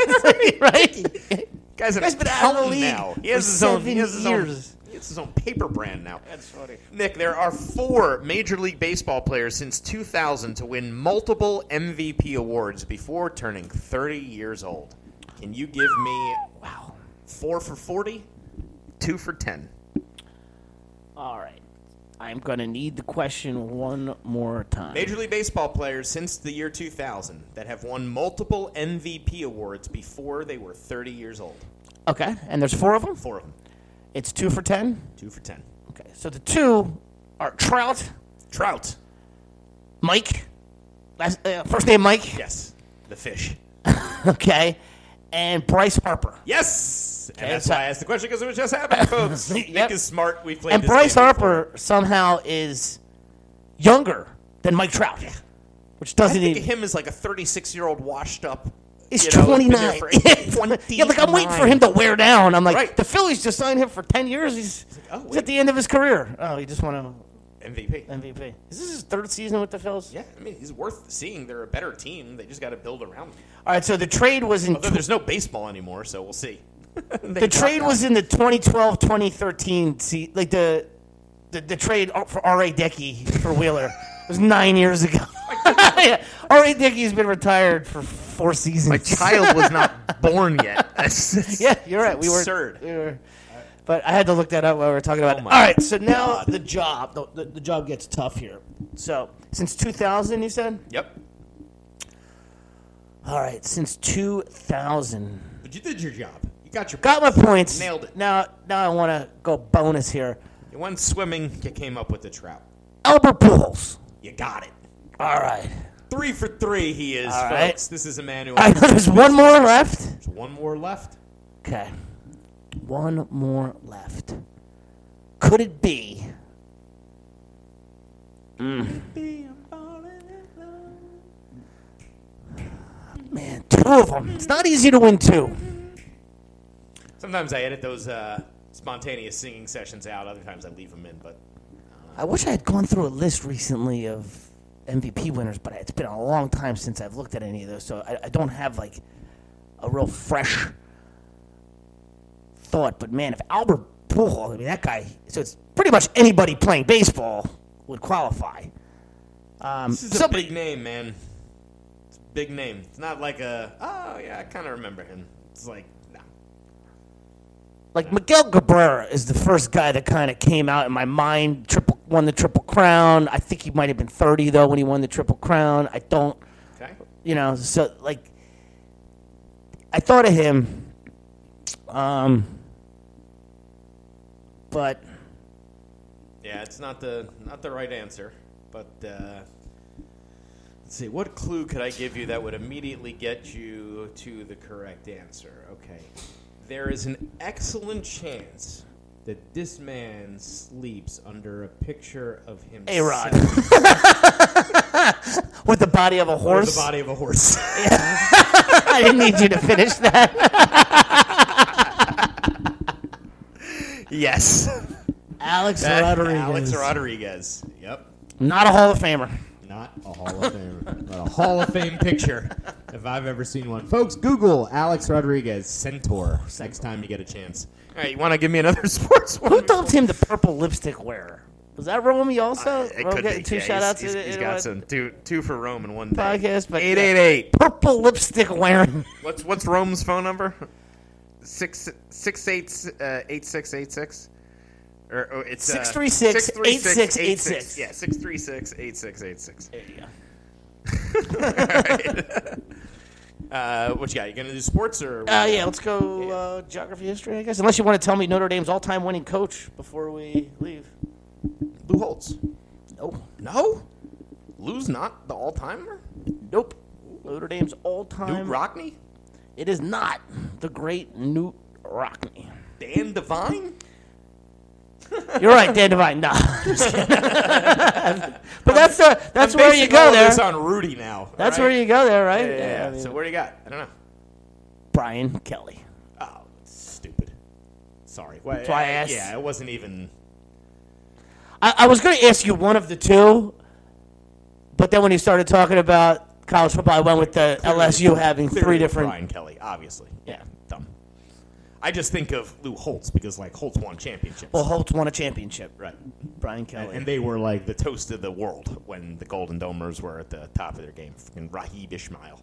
S4: right?
S3: guys that
S4: Guy's
S3: have
S4: been out of the league
S3: now. He has
S4: for
S3: his own.
S4: seven
S3: He has his
S4: years.
S3: own. He has his own paper brand now. That's funny. Nick, there are four Major League Baseball players since 2000 to win multiple MVP awards before turning 30 years old. Can you give me wow four for 40, two for 10?
S4: All right, I'm gonna need the question one more time.
S3: Major League Baseball players since the year 2000 that have won multiple MVP awards before they were 30 years old.
S4: Okay, and there's four of them.
S3: Four of them,
S4: It's two for ten.
S3: two for 10.
S4: Okay, so the two are Trout,
S3: Trout,
S4: Mike, last uh, first name Mike.
S3: yes, the fish.
S4: Okay, and Bryce Harper.
S3: Yes,
S4: Okay,
S3: and that's
S4: so-
S3: why I asked the question because it was just happening, folks.
S4: Yep.
S3: Nick is smart. We played
S4: and
S3: this
S4: Bryce
S3: game
S4: Harper somehow is younger than Mike Trout, which
S3: Before.
S4: doesn't
S3: I think
S4: even.
S3: of him as like a 36 year old washed up
S4: is
S3: you know,
S4: twenty
S3: been there
S4: nine.
S3: for
S4: yeah, like I'm waiting for him to wear down. I'm like,
S3: Right.
S4: the Phillies just signed him for ten years. He's,
S3: oh,
S4: he's at the end of his career. Oh, he just won a
S3: MVP.
S4: MVP. Is this his third season with the Phillies?
S3: Yeah, I mean, he's worth seeing. They're a better team. They just got to build around them.
S4: All right, so the trade was in
S3: Although there's no baseball anymore, so we'll see.
S4: the trade was in the 2012-2013 seat, like the, the the trade uh, for R.A. Dickey for Wheeler It was nine years ago. yeah. R.A. Dickey's been retired for four seasons.
S3: My child was not born yet. That's- that's-
S4: yeah, you're right. We were
S3: Absurd.
S4: We were, but I had to look that up while we were talking about it.
S3: my
S4: All right, so now Oh the job, the, the, the job gets tough here. So since 2000, you said.
S3: Yep.
S4: All right, since 2000.
S3: But you did your job. You got your.
S4: Got my points.
S3: Nailed it.
S4: Now, now I want to go bonus here.
S3: You went swimming. You came up with the trout.
S4: Albert Pujols.
S3: You got it.
S4: All right.
S3: Three for three. He is,
S4: All
S3: folks.
S4: right.
S3: This is a man who.
S4: I know there's one more left.
S3: There's one more left.
S4: Okay. One more left. Could it be? Mm. Man, two of them. It's not easy to win two.
S3: Sometimes I edit those uh, spontaneous singing sessions out. Other times I leave them in. But
S4: I wish I had gone through a list recently of MVP winners, but it's been a long time since I've looked at any of those, so I, I don't have like a real fresh thought. But man, if Albert Pujols, I mean that guy, so it's pretty much anybody playing baseball would qualify. Um,
S3: this is
S4: somebody,
S3: a big name, man. It's a big name. It's not like a. Oh yeah, I kind of remember him. It's like. Nah.
S4: like Miguel Cabrera is the first guy that kind of came out in my mind. Triple won the triple crown. I think he might have been thirty though when he won the triple crown. I don't.
S3: Okay.
S4: you know so like i thought of him um but
S3: Yeah, it's not the not the right answer, but uh, let's see. What clue could I give you that would immediately get you to the correct answer? Okay, there is an excellent chance that this man sleeps under a picture of himself
S4: A-Rod. with the body of a
S3: or
S4: horse
S3: the body of a horse.
S4: i didn't need you to finish that
S3: yes,
S4: alex rodriguez
S3: Alex Rodriguez. Yep.
S4: not a hall of famer
S3: Not a Hall of Fame, but a Hall of Fame picture if I've ever seen one. Folks, Google Alex Rodriguez Centaur next time you get a chance. All right, you want to give me another sports one?
S4: who dubbed him the purple lipstick wearer was that Romy also?
S3: Uh, It
S4: Rome
S3: could
S4: getting
S3: be.
S4: two
S3: yeah,
S4: shout outs
S3: He's,
S4: in,
S3: he's, he's
S4: in
S3: got
S4: one
S3: some two, two for Rome in one day.
S4: podcast, but
S3: Eight eight eight.
S4: purple lipstick wearing.
S3: What's what's Rome's phone number? Six six eight uh, eight six eight six. Or oh, it's uh,
S4: 636,
S3: 636,
S4: 8686.
S3: Yeah, six three six eight six eight six. Uh, what you got? You gonna do sports or?
S4: Uh, yeah, let's go uh, geography history, I guess. Unless you want to tell me Notre Dame's all-time winning coach before we leave.
S3: Lou Holtz.
S4: Nope.
S3: No, Lou's not the all timer.
S4: Nope. Notre Dame's all-time.
S3: Newt Rockney,
S4: It is not the great Newt Rockney.
S3: Dan Devine.
S4: You're right, Dan Devine. No, I'm just kidding. but that's the that's where you
S3: Basing all
S4: go
S3: of
S4: there.
S3: This on Rudy now.
S4: That's where you go there, right?
S3: Yeah.
S4: I mean,
S3: So what do you got? I don't know.
S4: Brian Kelly.
S3: Oh, stupid. Sorry. Well, That's
S4: why I asked.
S3: Yeah, it wasn't even.
S4: I, I was going to ask you one of the two, but then when you started talking about college football, I went with the LSU having
S3: clearly
S4: three different.
S3: Brian Kelly, obviously.
S4: Yeah.
S3: Dumb. I just think of Lou Holtz because like Holtz won championships.
S4: Well, Holtz won a championship.
S3: right.
S4: Brian Kelly.
S3: And they were like the toast of the world when the Golden Domers were at the top of their game. Fucking Raheem Ishmael,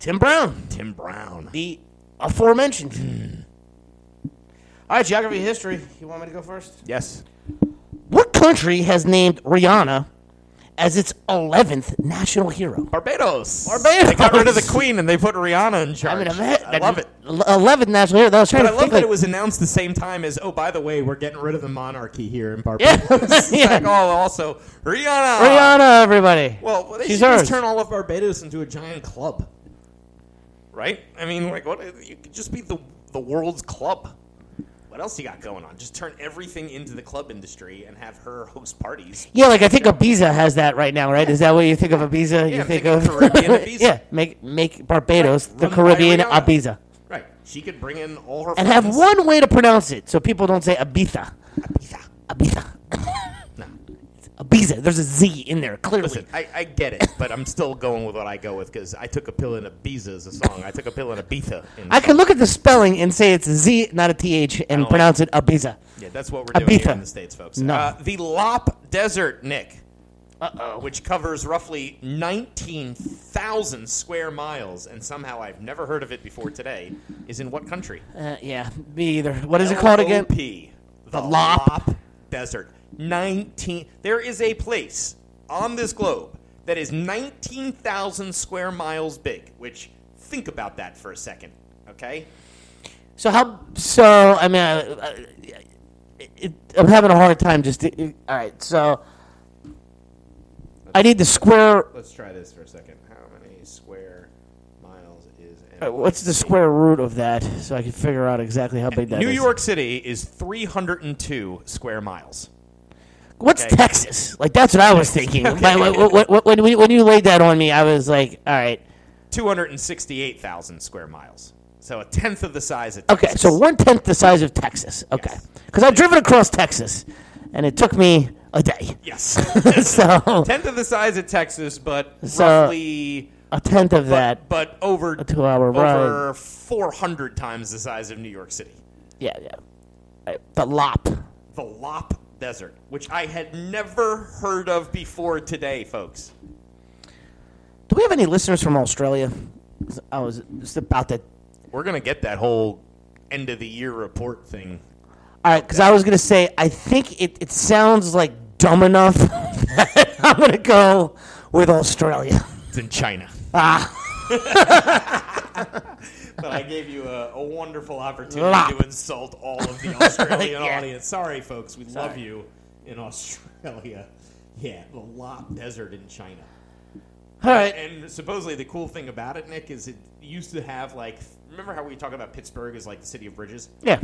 S4: Tim Brown.
S3: Tim Brown.
S4: the
S3: Hmm.
S4: aforementioned. All right, geography history. You want me to go first?
S3: Yes.
S4: What country has named Rihanna as its 11th national hero?
S3: Barbados.
S4: Barbados.
S3: They got rid of the Queen and they put Rihanna in charge.
S4: I
S3: I,
S4: mean, ima-
S3: love it.
S4: 11th national hero. That was trying
S3: But I
S4: to
S3: love
S4: think
S3: that it
S4: like-
S3: was announced the same time as, oh, by the way, we're getting rid of the monarchy here in Barbados.
S4: Yeah.
S3: It's
S4: Yeah.
S3: like, oh, also, Rihanna.
S4: Rihanna, everybody.
S3: Well, they
S4: She's
S3: should just
S4: ours.
S3: turn all of Barbados into a giant club. Right? I mean, like, what? You could just be the, the world's club. What else you got going on? Just turn everything into the club industry and have her host parties.
S4: Yeah, like I think Ibiza has that right now, right? Is that what you think of Ibiza?
S3: Yeah,
S4: you
S3: I'm thinking Caribbean Ibiza.
S4: yeah, make make Barbados
S3: Right,
S4: the
S3: run by
S4: Caribbean
S3: Rihanna.
S4: Ibiza,
S3: Right. She could bring in all her
S4: and have
S3: friends.
S4: one way to pronounce it so people don't say Ibiza,
S3: Yeah.
S4: Ibiza,
S3: No.
S4: Ibiza. There's a Z in there clearly.
S3: Listen, I, I get it, but I'm still going with what I go with because I took a pill in Ibiza as a song. I took a pill in Ibiza. In,
S4: I could look at the spelling and say it's a Z, not a TH, and
S3: like
S4: pronounce it Ibiza.
S3: yeah, that's what we're doing here
S4: Ibiza.
S3: in the states, folks.
S4: No.
S3: Uh, the Lop Desert, Nick. Uh-oh. Which covers roughly 19,000 square miles, and somehow I've never heard of it before today, is in what country?
S4: Uh, yeah, me either. What is it called again?
S3: LOP, The,
S4: Lop.
S3: Lop Desert. 19. There is a place on this globe that is 19,000 square miles big, which think about that for a second, okay?
S4: So how? So I mean, I, I, it, I'm having a hard time. Just it, all right. So I need the square.
S3: Let's try this for a second. How many square miles is
S4: uh, What's the square root of that? So I can figure out exactly how big that is.
S3: New York City is 302 square miles.
S4: What's
S3: okay.
S4: Texas? Like that's what I was thinking. Like, wh- wh- wh- when, we- when you laid that on me, I was like, all right.
S3: 268,000 square miles. So a tenth of the size of
S4: Okay,
S3: Texas.
S4: so one tenth the size of Texas. Okay,
S3: Yes.
S4: because I've driven across Texas, and it took me a day.
S3: Yes.
S4: so
S3: tenth of the size of Texas, but
S4: So,
S3: roughly
S4: a tenth of that.
S3: but over a
S4: two-hour
S3: over four hundred times the size of New York City.
S4: Yeah, yeah. Right, The lop.
S3: The Lop Desert, which I had never heard of before today, folks.
S4: Do we have any listeners from Australia? 'Cause I was just about to.
S3: We're gonna get that whole end of the year report thing.
S4: All right, because I was gonna say I think it, it sounds like dumb enough that I'm gonna go with Australia.
S3: It's in China.
S4: Ah,
S3: But I gave you a, a wonderful opportunity
S4: Lop.
S3: to insult all of the Australian
S4: Yeah.
S3: audience. Sorry, folks. We love you in Australia. Yeah, the Lop Desert in China.
S4: all right.
S3: And supposedly the cool thing about it, Nick, is it used to have like remember how we talk about Pittsburgh as like the city of bridges?
S4: Yeah,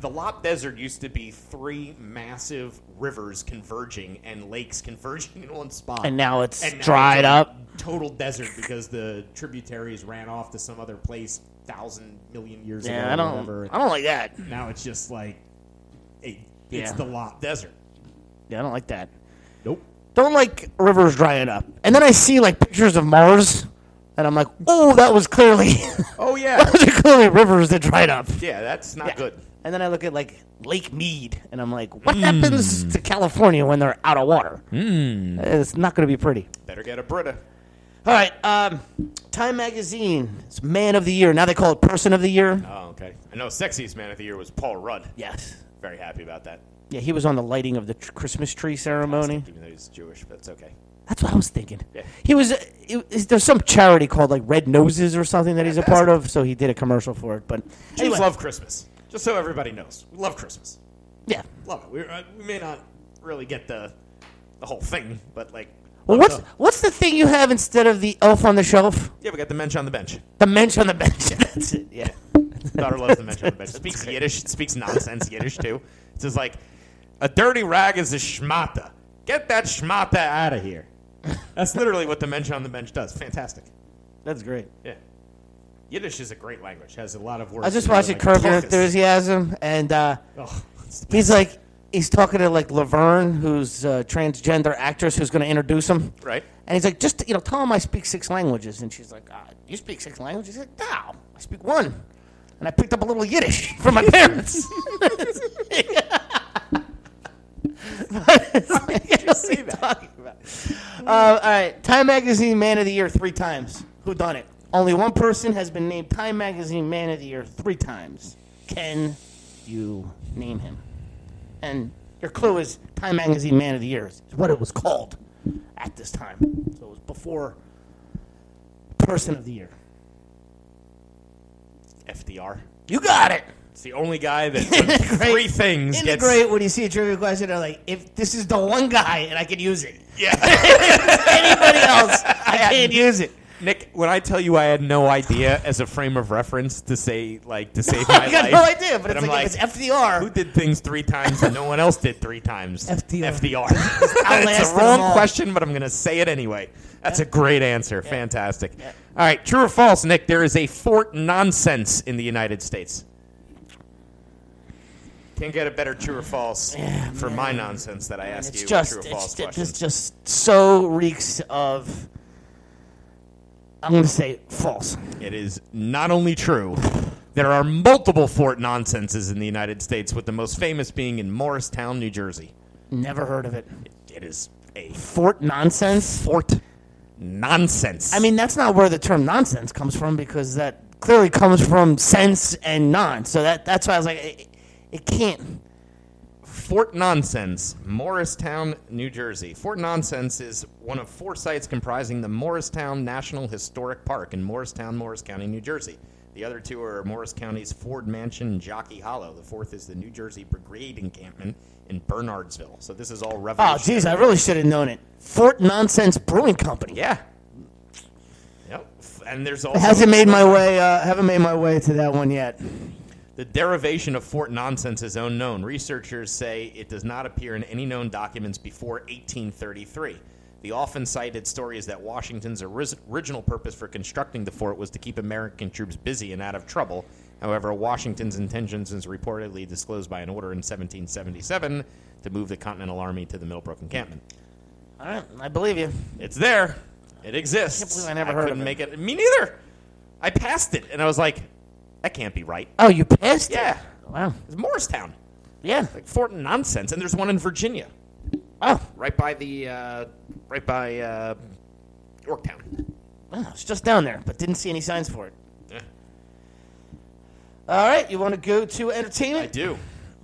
S3: The Lop Desert used to be three massive rivers converging and lakes converging in one spot.
S4: and now it's
S3: And now
S4: dried
S3: it's a
S4: up.
S3: Total desert because the tributaries ran off to some other place thousand million years ago.
S4: Yeah, I
S3: or
S4: don't.
S3: whatever.
S4: I don't like that.
S3: Now it's just like a, it's
S4: Yeah.
S3: the Lop Desert.
S4: Yeah, I don't like that.
S3: Nope.
S4: Don't like rivers drying up. And then I see like pictures of Mars, and I'm like, oh, that was clearly
S3: Oh yeah.
S4: those are clearly rivers that dried up.
S3: yeah, that's not good.
S4: And then I look at like Lake Mead, and I'm like, what happens to California when they're out of water? It's not going to be pretty.
S3: Better get a Brita.
S4: All right, um, Time Magazine, it's Man of the Year. Now they call it Person of the Year.
S3: Oh, okay. I know sexiest man of the year was Paul Rudd.
S4: Uh, Yes.
S3: Very happy about that.
S4: Yeah, he was on the lighting of the tr- Christmas tree ceremony.
S3: Even though he's Jewish, but it's okay.
S4: That's what I was thinking.
S3: Yeah.
S4: He was. Uh, it, is- there's some charity called like Red Noses or something that he's a part of, so he did a commercial for it. But
S3: Jews
S4: anyway,
S3: love Christmas. Just so everybody knows, we love Christmas.
S4: yeah.
S3: Love it. We, uh, we may not really get the the whole thing, but like,
S4: Well,
S3: love
S4: what's
S3: the-
S4: what's the thing you have instead of the elf on the shelf?
S3: yeah, we got the mensch on the bench.
S4: The mensch on the bench. That's it. Yeah.
S3: Daughter loves the mensch on the bench. Speaks Yiddish. Speaks nonsense Yiddish too. It's just like a dirty rag is a schmata. Get that schmata out of here. That's literally what the mensch on the bench does. Fantastic.
S4: That's great.
S3: Yeah. Yiddish is a great language. Has a lot of words.
S4: I was just
S3: that are,
S4: watching
S3: like,
S4: Curb Your
S3: tachas.
S4: Enthusiasm, and uh,
S3: Oh, it's the
S4: he's like, he's talking to like Laverne, who's a transgender actress who's going to introduce him.
S3: Right.
S4: And he's like, just you know, tell him I speak six languages. And she's like, uh, you speak six languages? He's like, no, I speak one. And I picked up a little Yiddish from my parents.
S3: say that?
S4: Uh, all right, Time Magazine Man of the Year three times. Who done it? Only one person has been named Time Magazine Man of the Year three times. Can you name him? And your clue is Time Magazine Man of the Year is what it was called at this time. So it was before Person of the Year.
S3: FDR.
S4: You got it.
S3: It's the only guy that when
S4: Great.
S3: three things
S4: Isn't it
S3: gets.
S4: great when you see a trivia question? They're like, if this is the one guy and I can use it,
S3: Yeah.
S4: anybody else, I can't use it.
S3: Nick, when I tell you I had no idea as a frame of reference to say like to save my
S4: I got
S3: life,
S4: no idea, but
S3: and
S4: it's
S3: I'm
S4: like, if it's FDR.
S3: Who did things three times that no one else did three times?
S4: FDR.
S3: FDR. it's
S4: Outlasted
S3: a
S4: them all.
S3: wrong question, but I'm going to say it anyway. That's a great answer. Fantastic. All right, true or false, Nick? There is a fort nonsense in the United States. Can't get a better true or false for my nonsense that I ask
S4: It's
S3: you. with
S4: just,
S3: true or false
S4: it's, ju-
S3: questions.
S4: just, just so reeks of. I'm going to say false.
S3: It is not only true. There are multiple Fort nonsenses in the United States, with the most famous being in Morristown, New Jersey.
S4: Never heard of it.
S3: It is a
S4: Fort nonsense.
S3: Fort nonsense.
S4: I mean, that's not where the term nonsense comes from because that clearly comes from sense and non. So that that's why I was like, it, it can't.
S3: Fort Nonsense, Morristown, New Jersey. Fort Nonsense is one of four sites comprising the Morristown National Historic Park in Morristown, Morris County, New Jersey. The other two are Morris County's Ford Mansion and Jockey Hollow. The fourth is the New Jersey Brigade Encampment in Bernardsville. So this is all
S4: Oh,
S3: revolutionary.
S4: jeez, I really should have known it. Fort Nonsense Brewing Company.
S3: Yeah. Yep. And there's
S4: It
S3: also
S4: Hasn't made my way. Uh, haven't made my way to that one yet.
S3: the derivation of Fort Nonsense is unknown. Researchers say it does not appear in any known documents before 1833. The often cited story is that Washington's oris- original purpose for constructing the fort was to keep American troops busy and out of trouble. However, Washington's intentions is reportedly disclosed by an order in 1777 to move the Continental Army to the Middlebrook encampment.
S4: All right, I believe you.
S3: It's there. It exists.
S4: believe I never heard of
S3: couldn't
S4: it.
S3: Make it. Me neither. I passed it, and I was like, "That can't be right."
S4: Oh, you passed? it?
S3: Yeah,
S4: Wow.
S3: it's Morristown,
S4: Yeah.
S3: like Fort Nonsense, and there's one in Virginia,
S4: Oh,
S3: right by the, uh, right by uh, Yorktown.
S4: wow. It's just down there, but didn't see any signs for it. All right, you want to go to entertainment?
S3: I do.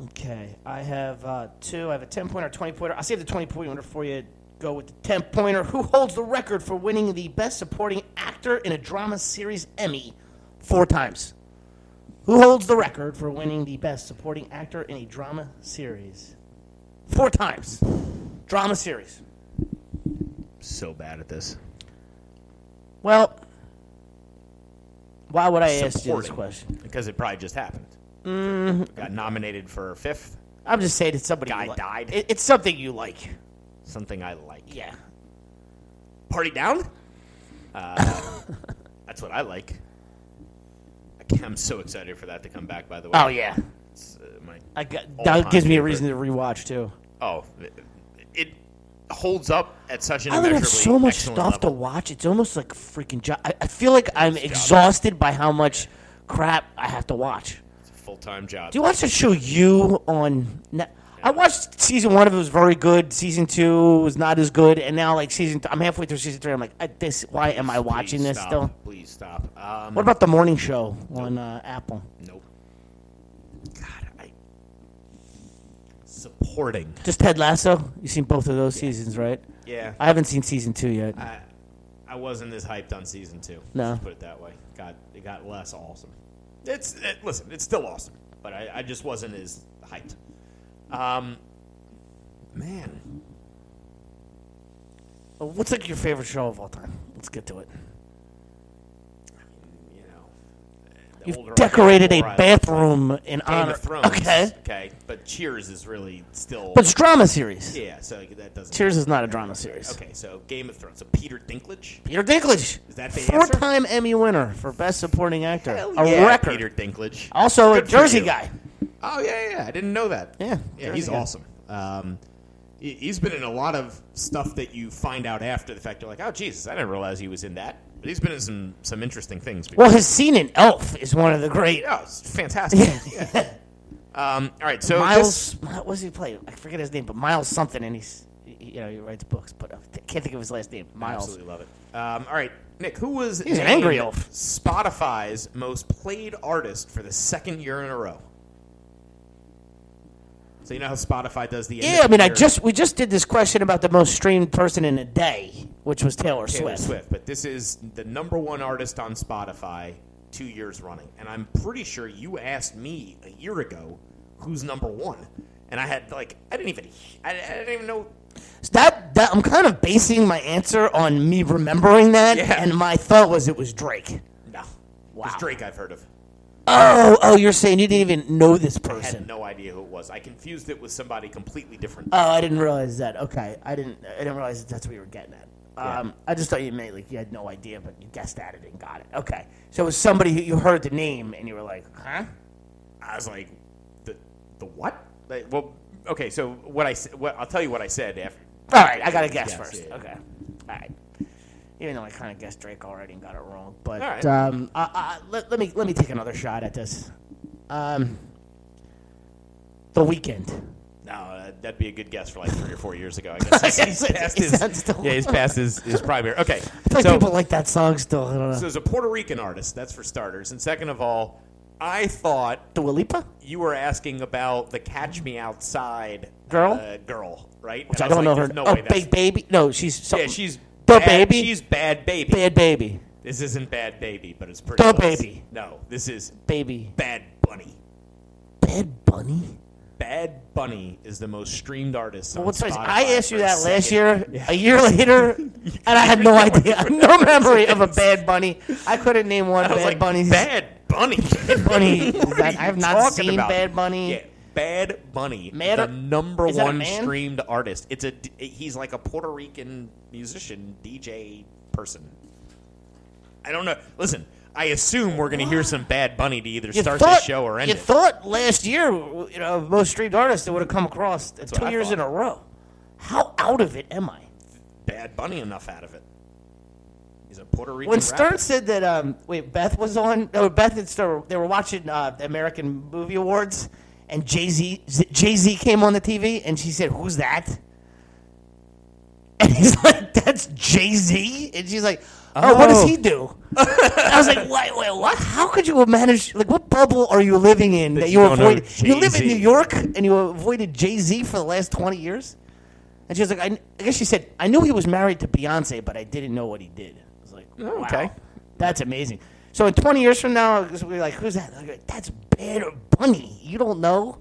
S4: Okay, I have uh, two. I have a 10 pointer, 20 pointer. I'll save the 20 pointer for you. Go with the 10 pointer. Who holds the record for winning the Best Supporting Actor in a Drama Series Emmy four times? Who holds the record for winning the Best Supporting Actor in a Drama Series? Four times. Drama Series.
S3: So bad at this.
S4: Well, why would I ask you this
S3: Supporting.
S4: question? Mm-hmm.
S3: Because it probably just happened. Got nominated for fifth.
S4: I'm just saying it's somebody.
S3: Guy
S4: you like.
S3: died.
S4: It- it's something you like.
S3: Something I like.
S4: Yeah.
S3: Party down. Uh, that's what I like. I- I'm so excited for that to come back. By the way.
S4: Oh yeah.
S3: It's, uh, my
S4: I got,
S3: All-time
S4: that gives me a
S3: favorite.
S4: reason to rewatch too.
S3: Oh, it, it holds up at such an
S4: I would
S3: immeasurably
S4: have so much
S3: excellent
S4: stuff
S3: level.
S4: to watch. It's almost like a freaking job. I, I feel like I'm exhausted by how much crap I have to watch.
S3: It's a full-time job.
S4: Do you watch the show You on? Net- I watched season one of it was very good. Season two was not as good, and now like season, th- I'm halfway through season three. I'm like, I, this. Why am I
S3: Please
S4: watching this
S3: stop.
S4: still?
S3: Please stop. Um,
S4: What about the morning show on uh, Apple?
S3: Nope. God, I supporting.
S4: Just Ted Lasso. You've seen both of those seasons, right?
S3: Yeah,
S4: I haven't seen season two yet.
S3: I, I wasn't as hyped on season two.
S4: No.
S3: Let's put it that way. Got it got less awesome. It's it, listen, it's still awesome, but I, I just wasn't as hyped. Um, man,
S4: What's like your favorite show of all time? Let's get to it.
S3: you know, the older
S4: You've
S3: I get,
S4: decorated
S3: the
S4: a
S3: more I-
S4: bathroom in
S3: Game
S4: honor.
S3: of Thrones.
S4: Okay,
S3: Okay, but Cheers is really still.
S4: but it's drama series.
S3: yeah, so that doesn't.
S4: Cheers is not a drama series.
S3: Okay, so Game of Thrones. So Peter Dinklage.
S4: Peter Dinklage,
S3: Is that the answer?
S4: four-time Emmy winner for Best Supporting Actor,
S3: Hell
S4: a
S3: yeah,
S4: record.
S3: Peter Dinklage.
S4: Also
S3: Good
S4: a
S3: for
S4: Jersey
S3: you.
S4: guy.
S3: Oh yeah, yeah. I didn't know that.
S4: Yeah,
S3: yeah. He's
S4: Jersey guy.
S3: awesome. Um, he- he's been in a lot of stuff that you find out after the fact. You're like, oh Jesus, I didn't realize he was in that. But he's been in some some interesting things.
S4: Well, his scene in Elf is one of the great.
S3: yeah, it's fantastic. Yeah. Um, all right, so
S4: Miles,
S3: this-
S4: what does he play? I forget his name, but Miles something, and he's he- you know he writes books, but uh, I can't think of his last name. Miles.
S3: Absolutely love it. Um, all right, Nick, who was
S4: He's an angry
S3: named
S4: elf.
S3: Spotify's most played artist for the second year in a row? So you know how Spotify does the end
S4: Yeah,
S3: of
S4: I mean,
S3: the
S4: I
S3: year
S4: just we just did this question about the most streamed person in a day, which was Taylor,
S3: Taylor
S4: Swift.
S3: Swift, but this is the number one artist on Spotify two years running, and I'm pretty sure you asked me a year ago who's number one, and I had like I didn't even I, I didn't even know
S4: So that, that I'm kind of basing my answer on me remembering that,
S3: Yeah.
S4: and my thought was it was Drake.
S3: No. Wow. It's Drake I've heard of.
S4: Oh, oh, you're saying you didn't even know this
S3: I had
S4: person?
S3: no idea who it was. I confused it with somebody completely different.
S4: Oh, I didn't realize that. Okay, I didn't. I didn't realize that that's what you were getting at. Um, I just thought you meant like you had no idea, but you guessed at it and got it. Okay, so it was somebody who you heard the name and you were like, huh?
S3: I was like, the the what? Like, well, okay. So what I s- what I'll tell you what I said after.
S4: All right, I gotta guess
S3: Yes,
S4: first.
S3: yeah.
S4: Okay, all right. Even though I kind of guessed Drake already and got it wrong, but
S3: All right.
S4: um, I, I, let, let me let me take another shot at this. Um, the weekend.
S3: No, uh, that'd be a good guess for like three or four years ago. I guess he's past
S4: Is
S3: his.
S4: that still-
S3: Yeah, he's past his, his primary. Okay,
S4: Like
S3: so
S4: people like that song still. I don't know.
S3: so as a Puerto Rican artist, that's for starters. And second of all, I thought
S4: the Walipa?
S3: you were asking about the "Catch Me Outside"
S4: Girl?
S3: uh, girl, right?
S4: Which
S3: And
S4: I don't
S3: was like,
S4: know her.
S3: "There's No
S4: oh,
S3: way that's-
S4: Big Baby? No, she's
S3: Yeah,
S4: something.
S3: she's
S4: the
S3: bad,
S4: baby.
S3: She's bad baby.
S4: bad baby.
S3: This isn't bad baby, but it's pretty.
S4: The
S3: close.
S4: baby.
S3: No, this is
S4: Baby.
S3: bad bunny.
S4: Bad Bunny.
S3: Bad Bunny is the most streamed artist. on
S4: Well, what's funny is
S3: Spotify
S4: I asked
S3: for
S4: you
S3: a
S4: that last
S3: second.
S4: year, a year later, and I had no idea, I had no memory of a Bad Bunny. I couldn't name one
S3: I was
S4: Bad
S3: like,
S4: Bunny.
S3: Bad Bunny. Bad
S4: Bunny.
S3: What
S4: That-
S3: are
S4: I have
S3: you
S4: not
S3: talking
S4: seen
S3: about?
S4: Bad Bunny.
S3: Yeah, Bad Bunny,
S4: Mad-
S3: the number
S4: is that a
S3: one
S4: man?
S3: streamed artist. It's a d- he's like a Puerto Rican musician, DJ person. I don't know. Listen, I assume we're gonna hear some Bad Bunny to either
S4: You
S3: start
S4: thought,
S3: the show or end
S4: you
S3: it.
S4: thought last year, you know, of most streamed artists that would have come across
S3: what
S4: two
S3: I
S4: years
S3: thought.
S4: in a row. How out of it am I?
S3: Bad Bunny enough out of it. He's a Puerto Rican.
S4: When
S3: rapper.
S4: Stern said that, um, wait, Beth was on. No, Beth and Stern. They were watching uh, the American Movie Awards, and Jay Z Jay Z came on the TV, and she said, "Who's that?" And he's like, "That's Jay Z," and she's like, "Oh, what does
S3: Oh.
S4: he do?" I was like, "Wait, wait, what? How could you manage? Like, what bubble are you living in that,
S3: you
S4: you
S3: don't know
S4: avoid? You live in
S3: Jay-Z.
S4: New York, and you avoided Jay Z for the last twenty years." And she was like, I, kn- I guess she said, I knew he was married to Beyonce, but I didn't know what he did. I was like, wow,
S3: Oh, okay.
S4: that's amazing. So in 20 years from now, we we're like, who's that? They're Like, That's Bad Bunny. You don't know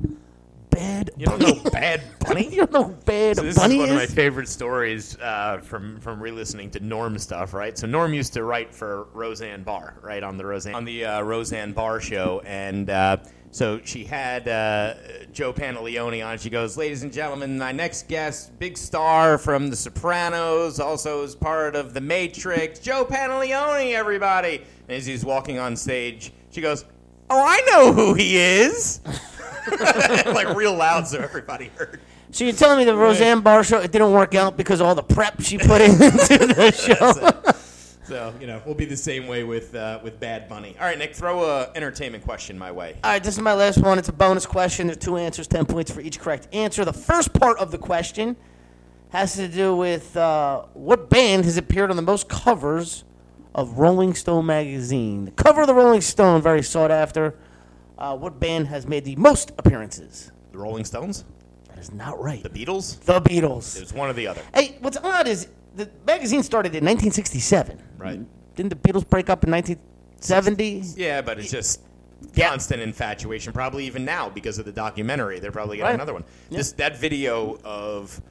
S4: Bad
S3: You don't
S4: Bunny.
S3: know Bad Bunny?
S4: you don't know Bad
S3: So this
S4: Bunny
S3: is one
S4: is?
S3: of my favorite stories uh, from from re-listening to Norm stuff, right? So Norm used to write for Roseanne Barr, right on the Roseanne on the uh, Roseanne Barr show, and uh, so she had uh, Joe Pantaleone on. She goes, "Ladies and gentlemen, my next guest, big star from The Sopranos, also is part of The Matrix, Joe Pantaleone, everybody." And as he's walking on stage, she goes. Oh, I know who he is. like real loud, so everybody heard.
S4: so you're telling me the Roseanne Barr show, it didn't work out because all the prep she put into the show?
S3: So you know, we'll be the same way with uh, with Bad Bunny. All right, Nick, throw a entertainment question my way.
S4: All right, this is my last one. It's a bonus question. There's two answers, 10 points for each correct answer. The first part of the question has to do with uh, what band has appeared on the most covers of Rolling Stone magazine? The cover of the Rolling Stone, very sought after. Uh, what band has made the most appearances?
S3: The Rolling Stones,
S4: That is not right.
S3: the Beatles.
S4: The Beatles.
S3: It's one or the other,
S4: Hey, what's odd is the magazine started in 1967.
S3: right?
S4: Didn't the Beatles break up in 1970?
S3: Yeah, but it's just constant infatuation. Probably even now because of the documentary, they're probably getting
S4: Right.
S3: another one. This that video of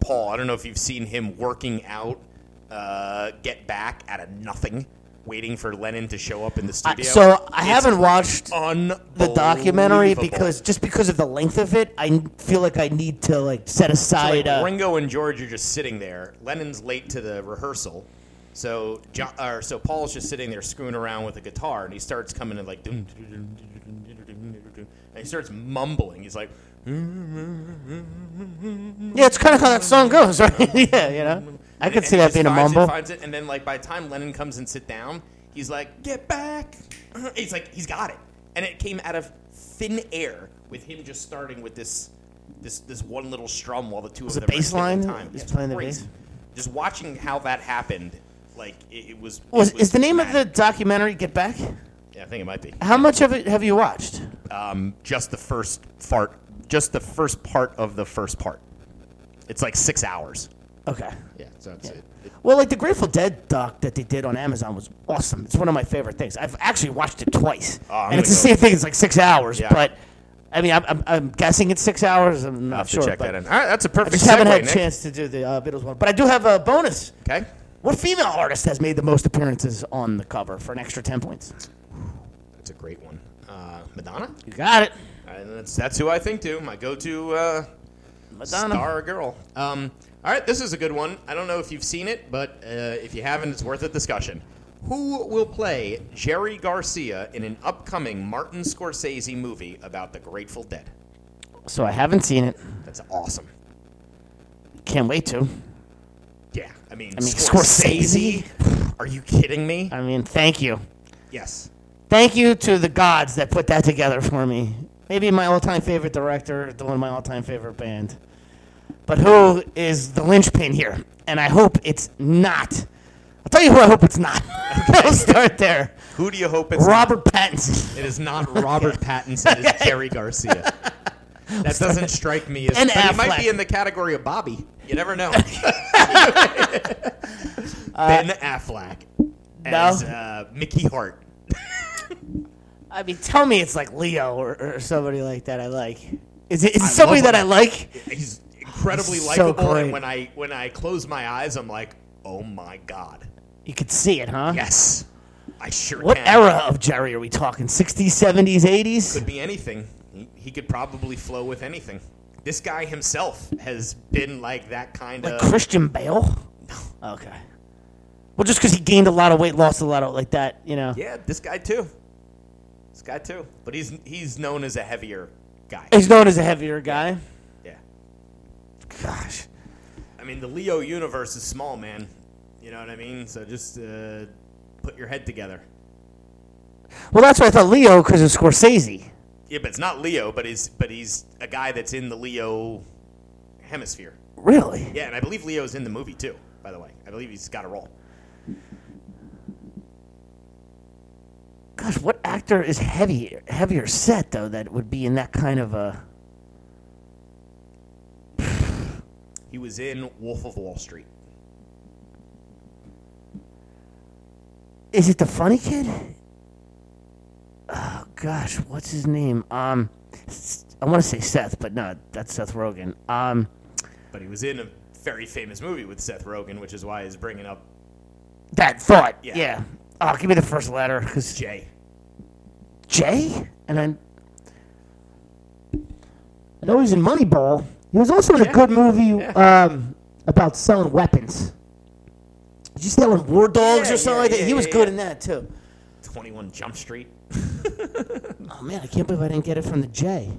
S3: Paul. I don't know if you've seen him working out, uh, get back out of nothing, waiting for Lennon to show up in the
S4: I-
S3: studio.
S4: so I
S3: It's
S4: haven't watched the
S3: unbelievable.
S4: documentary because just because of the length of it, I n- feel like I need to like set aside.
S3: like
S4: uh,
S3: Ringo and George are just sitting there. Lennon's late to the rehearsal, so jo- or so Paul's just sitting there screwing around with the guitar, and he starts coming in like, dum, dum, dum, dum, dum, dum, dum, dum, and he starts mumbling. He's like,
S4: yeah, it's kind of how that song goes, right? yeah, you know, I
S3: and-
S4: could
S3: and
S4: see
S3: he
S4: that
S3: just
S4: being a
S3: finds it,
S4: mumble.
S3: finds it, and then like by the time Lennon comes and sit down, he's like, get back. He's like, he's got it, and it came out of thin air with him just starting with this. This, this one little strum while the two of
S4: it
S3: them are
S4: bass
S3: killing
S4: line?
S3: time.
S4: He's
S3: Yeah, it's
S4: playing the
S3: great.
S4: bass?
S3: Just watching how that happened, like it, it was.
S4: Was
S3: it
S4: is the name of the
S3: mad.
S4: documentary Get Back?
S3: Yeah, I think it might be.
S4: How much of it have you watched?
S3: Um, just the first part, just the first part of the first part. It's like six hours.
S4: Okay.
S3: Yeah, so that's it.
S4: Well, like the Grateful Dead doc that they did on Amazon was awesome. It's one of my favorite things. I've actually watched it twice,
S3: Ah, I'm
S4: and it's the
S3: gonna go-
S4: same thing. It's like six hours,
S3: Yeah.
S4: but I mean, I'm, I'm, I'm guessing it's six hours. I'm
S3: I'll
S4: not
S3: have
S4: sure.
S3: to check
S4: but
S3: that in. All right, that's a
S4: I
S3: perfect
S4: just haven't
S3: segue,
S4: had a
S3: Nick.
S4: chance to do the uh, Beatles one, but I do have a bonus.
S3: Okay.
S4: What female artist has made the most appearances on the cover for an extra ten points?
S3: That's a great one. Uh, Madonna?
S4: You got it,
S3: And that's, that's who I think to. My go to uh,
S4: Madonna.
S3: star girl. Um, all right, this is a good one. I don't know if you've seen it, but uh, if you haven't, it's worth a discussion. Who will play Jerry Garcia in an upcoming Martin Scorsese movie about the Grateful Dead?
S4: So I haven't seen it.
S3: That's awesome.
S4: Can't wait to.
S3: Yeah, I mean,
S4: mean,
S3: Scorsese? Are you kidding me?
S4: I mean, thank you,
S3: yes.
S4: thank you to the gods that put that together for me. Maybe my all-time favorite director, the one of my all-time favorite band. But who is the linchpin here? And I hope it's not. I'll tell you who I hope it's not. I'll start there.
S3: Who do you hope it's not?
S4: Robert Pattinson.
S3: It is not Robert Pattinson. It is Jerry Garcia. That doesn't strike me as.
S4: Ben
S3: but he might
S4: Affleck.
S3: be in the category of Bobby. You never know. ben Affleck as uh, Mickey Hart.
S4: I mean, tell me it's like Leo or, or somebody like that I like. Is it, is it
S3: love
S4: somebody that
S3: him.
S4: I like?
S3: He's incredibly
S4: He's so
S3: likable, and
S4: great.
S3: when I when I close my eyes, I'm like, oh my god,
S4: You could see it, huh?
S3: yes, I sure
S4: What
S3: can.
S4: era of Jerry are we talking? 60s, 70s, 80s?
S3: could be anything. He, he could probably flow with anything. This guy himself has been like that kind
S4: like
S3: of.
S4: Christian Bale? Okay. Well, just because he gained a lot of weight, lost a lot of like that, you know.
S3: Yeah, this guy too. This guy too. But he's he's known as a heavier guy.
S4: He's known as a heavier guy.
S3: Yeah.
S4: Gosh.
S3: I mean, the Leo universe is small, man. You know what I mean? So just uh, put your head together.
S4: Well, that's why I thought Leo because of Scorsese.
S3: Yeah, but it's not Leo, but he's but he's a guy that's in the Leo hemisphere.
S4: Really?
S3: Yeah, and I believe Leo's in the movie too. By the way, I believe he's got a role.
S4: Gosh, what actor is heavier heavier set though that would be in that kind of a?
S3: He was in Wolf of Wall Street.
S4: Is it the funny kid? Oh gosh, what's his name? Um, S- I want to say Seth, but no, that's Seth Rogen. Um,
S3: But he was in a very famous movie with Seth Rogen, which is why he's bringing up
S4: that thought.
S3: Yeah.
S4: Yeah. Oh, give me the first letter, cause
S3: Jay.
S4: Jay, and then I know he's in Moneyball. He was also in a good movie um, about selling weapons. Did you see that one, War Dogs
S3: Yeah,
S4: or something
S3: yeah,
S4: like that?
S3: yeah,
S4: he was
S3: yeah,
S4: good
S3: yeah.
S4: in that too.
S3: Twenty One Jump Street.
S4: Oh man, I can't believe I didn't get it from the J.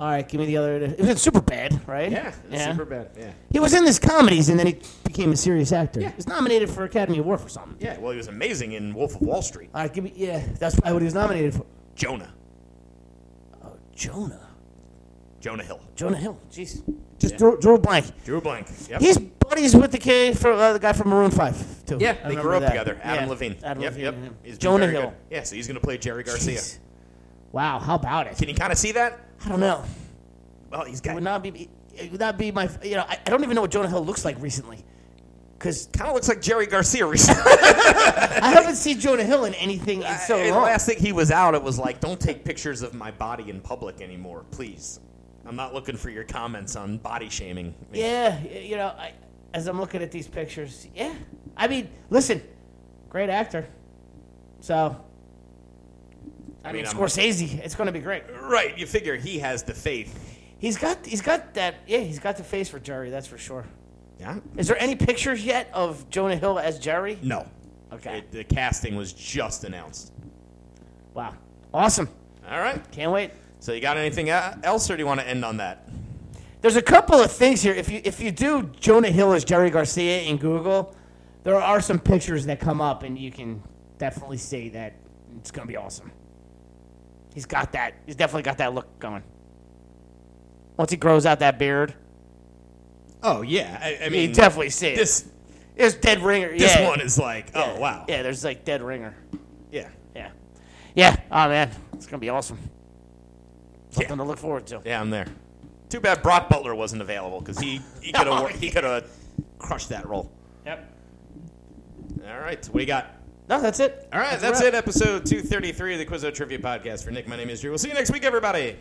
S4: All right, give me the other. It was in super bad, right?
S3: super bad. Yeah.
S4: He was in his comedies, and then he became a serious actor.
S3: Yeah.
S4: He was nominated for Academy Award for something.
S3: Yeah, well, he was amazing in Wolf of Wall Street.
S4: All right, give me. Yeah, that's probably what he was nominated for.
S3: Jonah.
S4: Jonah.
S3: Jonah Hill.
S4: Jonah Hill. Jeez. Just drew, drew a blank.
S3: Drew Blank. Yep.
S4: He's buddies with the kid from uh, the guy from Maroon Five too.
S3: yeah,
S4: I
S3: they
S4: remember
S3: grew up
S4: that.
S3: together. Adam
S4: Yeah,
S3: Levine.
S4: Adam
S3: yep,
S4: Levine.
S3: yep.
S4: yeah.
S3: He's been
S4: Jonah
S3: very
S4: Hill.
S3: good. Yeah, so he's going to play Jerry Garcia.
S4: Jeez. Wow, how about it?
S3: Can you kind of see that?
S4: I don't know.
S3: Well, he's
S4: It
S3: got
S4: would not be. It would not be my. You know, I, I don't even know what Jonah Hill looks like recently, because
S3: kind of looks like Jerry Garcia recently.
S4: I haven't seen Jonah Hill in anything in so
S3: and Uh, the
S4: long.
S3: last thing he was out, it was like, don't take pictures of my body in public anymore, please. I'm not looking for your comments on body shaming. me."
S4: yeah, y- you know, I, as I'm looking at these pictures, yeah. I mean, listen, great actor. So, I,
S3: mean,
S4: mean,
S3: I'm-
S4: Scorsese, it's going to be great.
S3: Right, you figure he has the faith.
S4: He's got, he's got that. Yeah, he's got the face for Jerry. That's for sure.
S3: Yeah?
S4: Is there any pictures yet of Jonah Hill as Jerry?
S3: No.
S4: Okay.
S3: It- the casting was just announced.
S4: Wow. Awesome.
S3: All right.
S4: Can't wait.
S3: So you got anything uh, else, or do you want to end on that?
S4: There's a couple of things here. If you if you do Jonah Hill as Jerry Garcia in Google, there are some pictures that come up, and you can definitely see that it's gonna be awesome. He's got that. He's definitely got that look going. Once he grows out that beard,
S3: Oh yeah, I, I
S4: you definitely see it.
S3: this
S4: There's dead ringer.
S3: this
S4: yeah.
S3: one is like oh wow
S4: Yeah, there's like dead ringer.
S3: yeah
S4: Yeah, yeah. Oh man, it's gonna be awesome. Something
S3: Yeah.
S4: to look forward to.
S3: yeah I'm there. Too bad Brock Butler wasn't available because he he could
S4: Oh,
S3: have he could have crushed that role.
S4: Yep.
S3: All right, what do you got?
S4: No, that's it.
S3: All right, that's, it. Episode 233 of the Quizzo Trivia Podcast. For Nick, my name is Drew. We'll see you next week, everybody.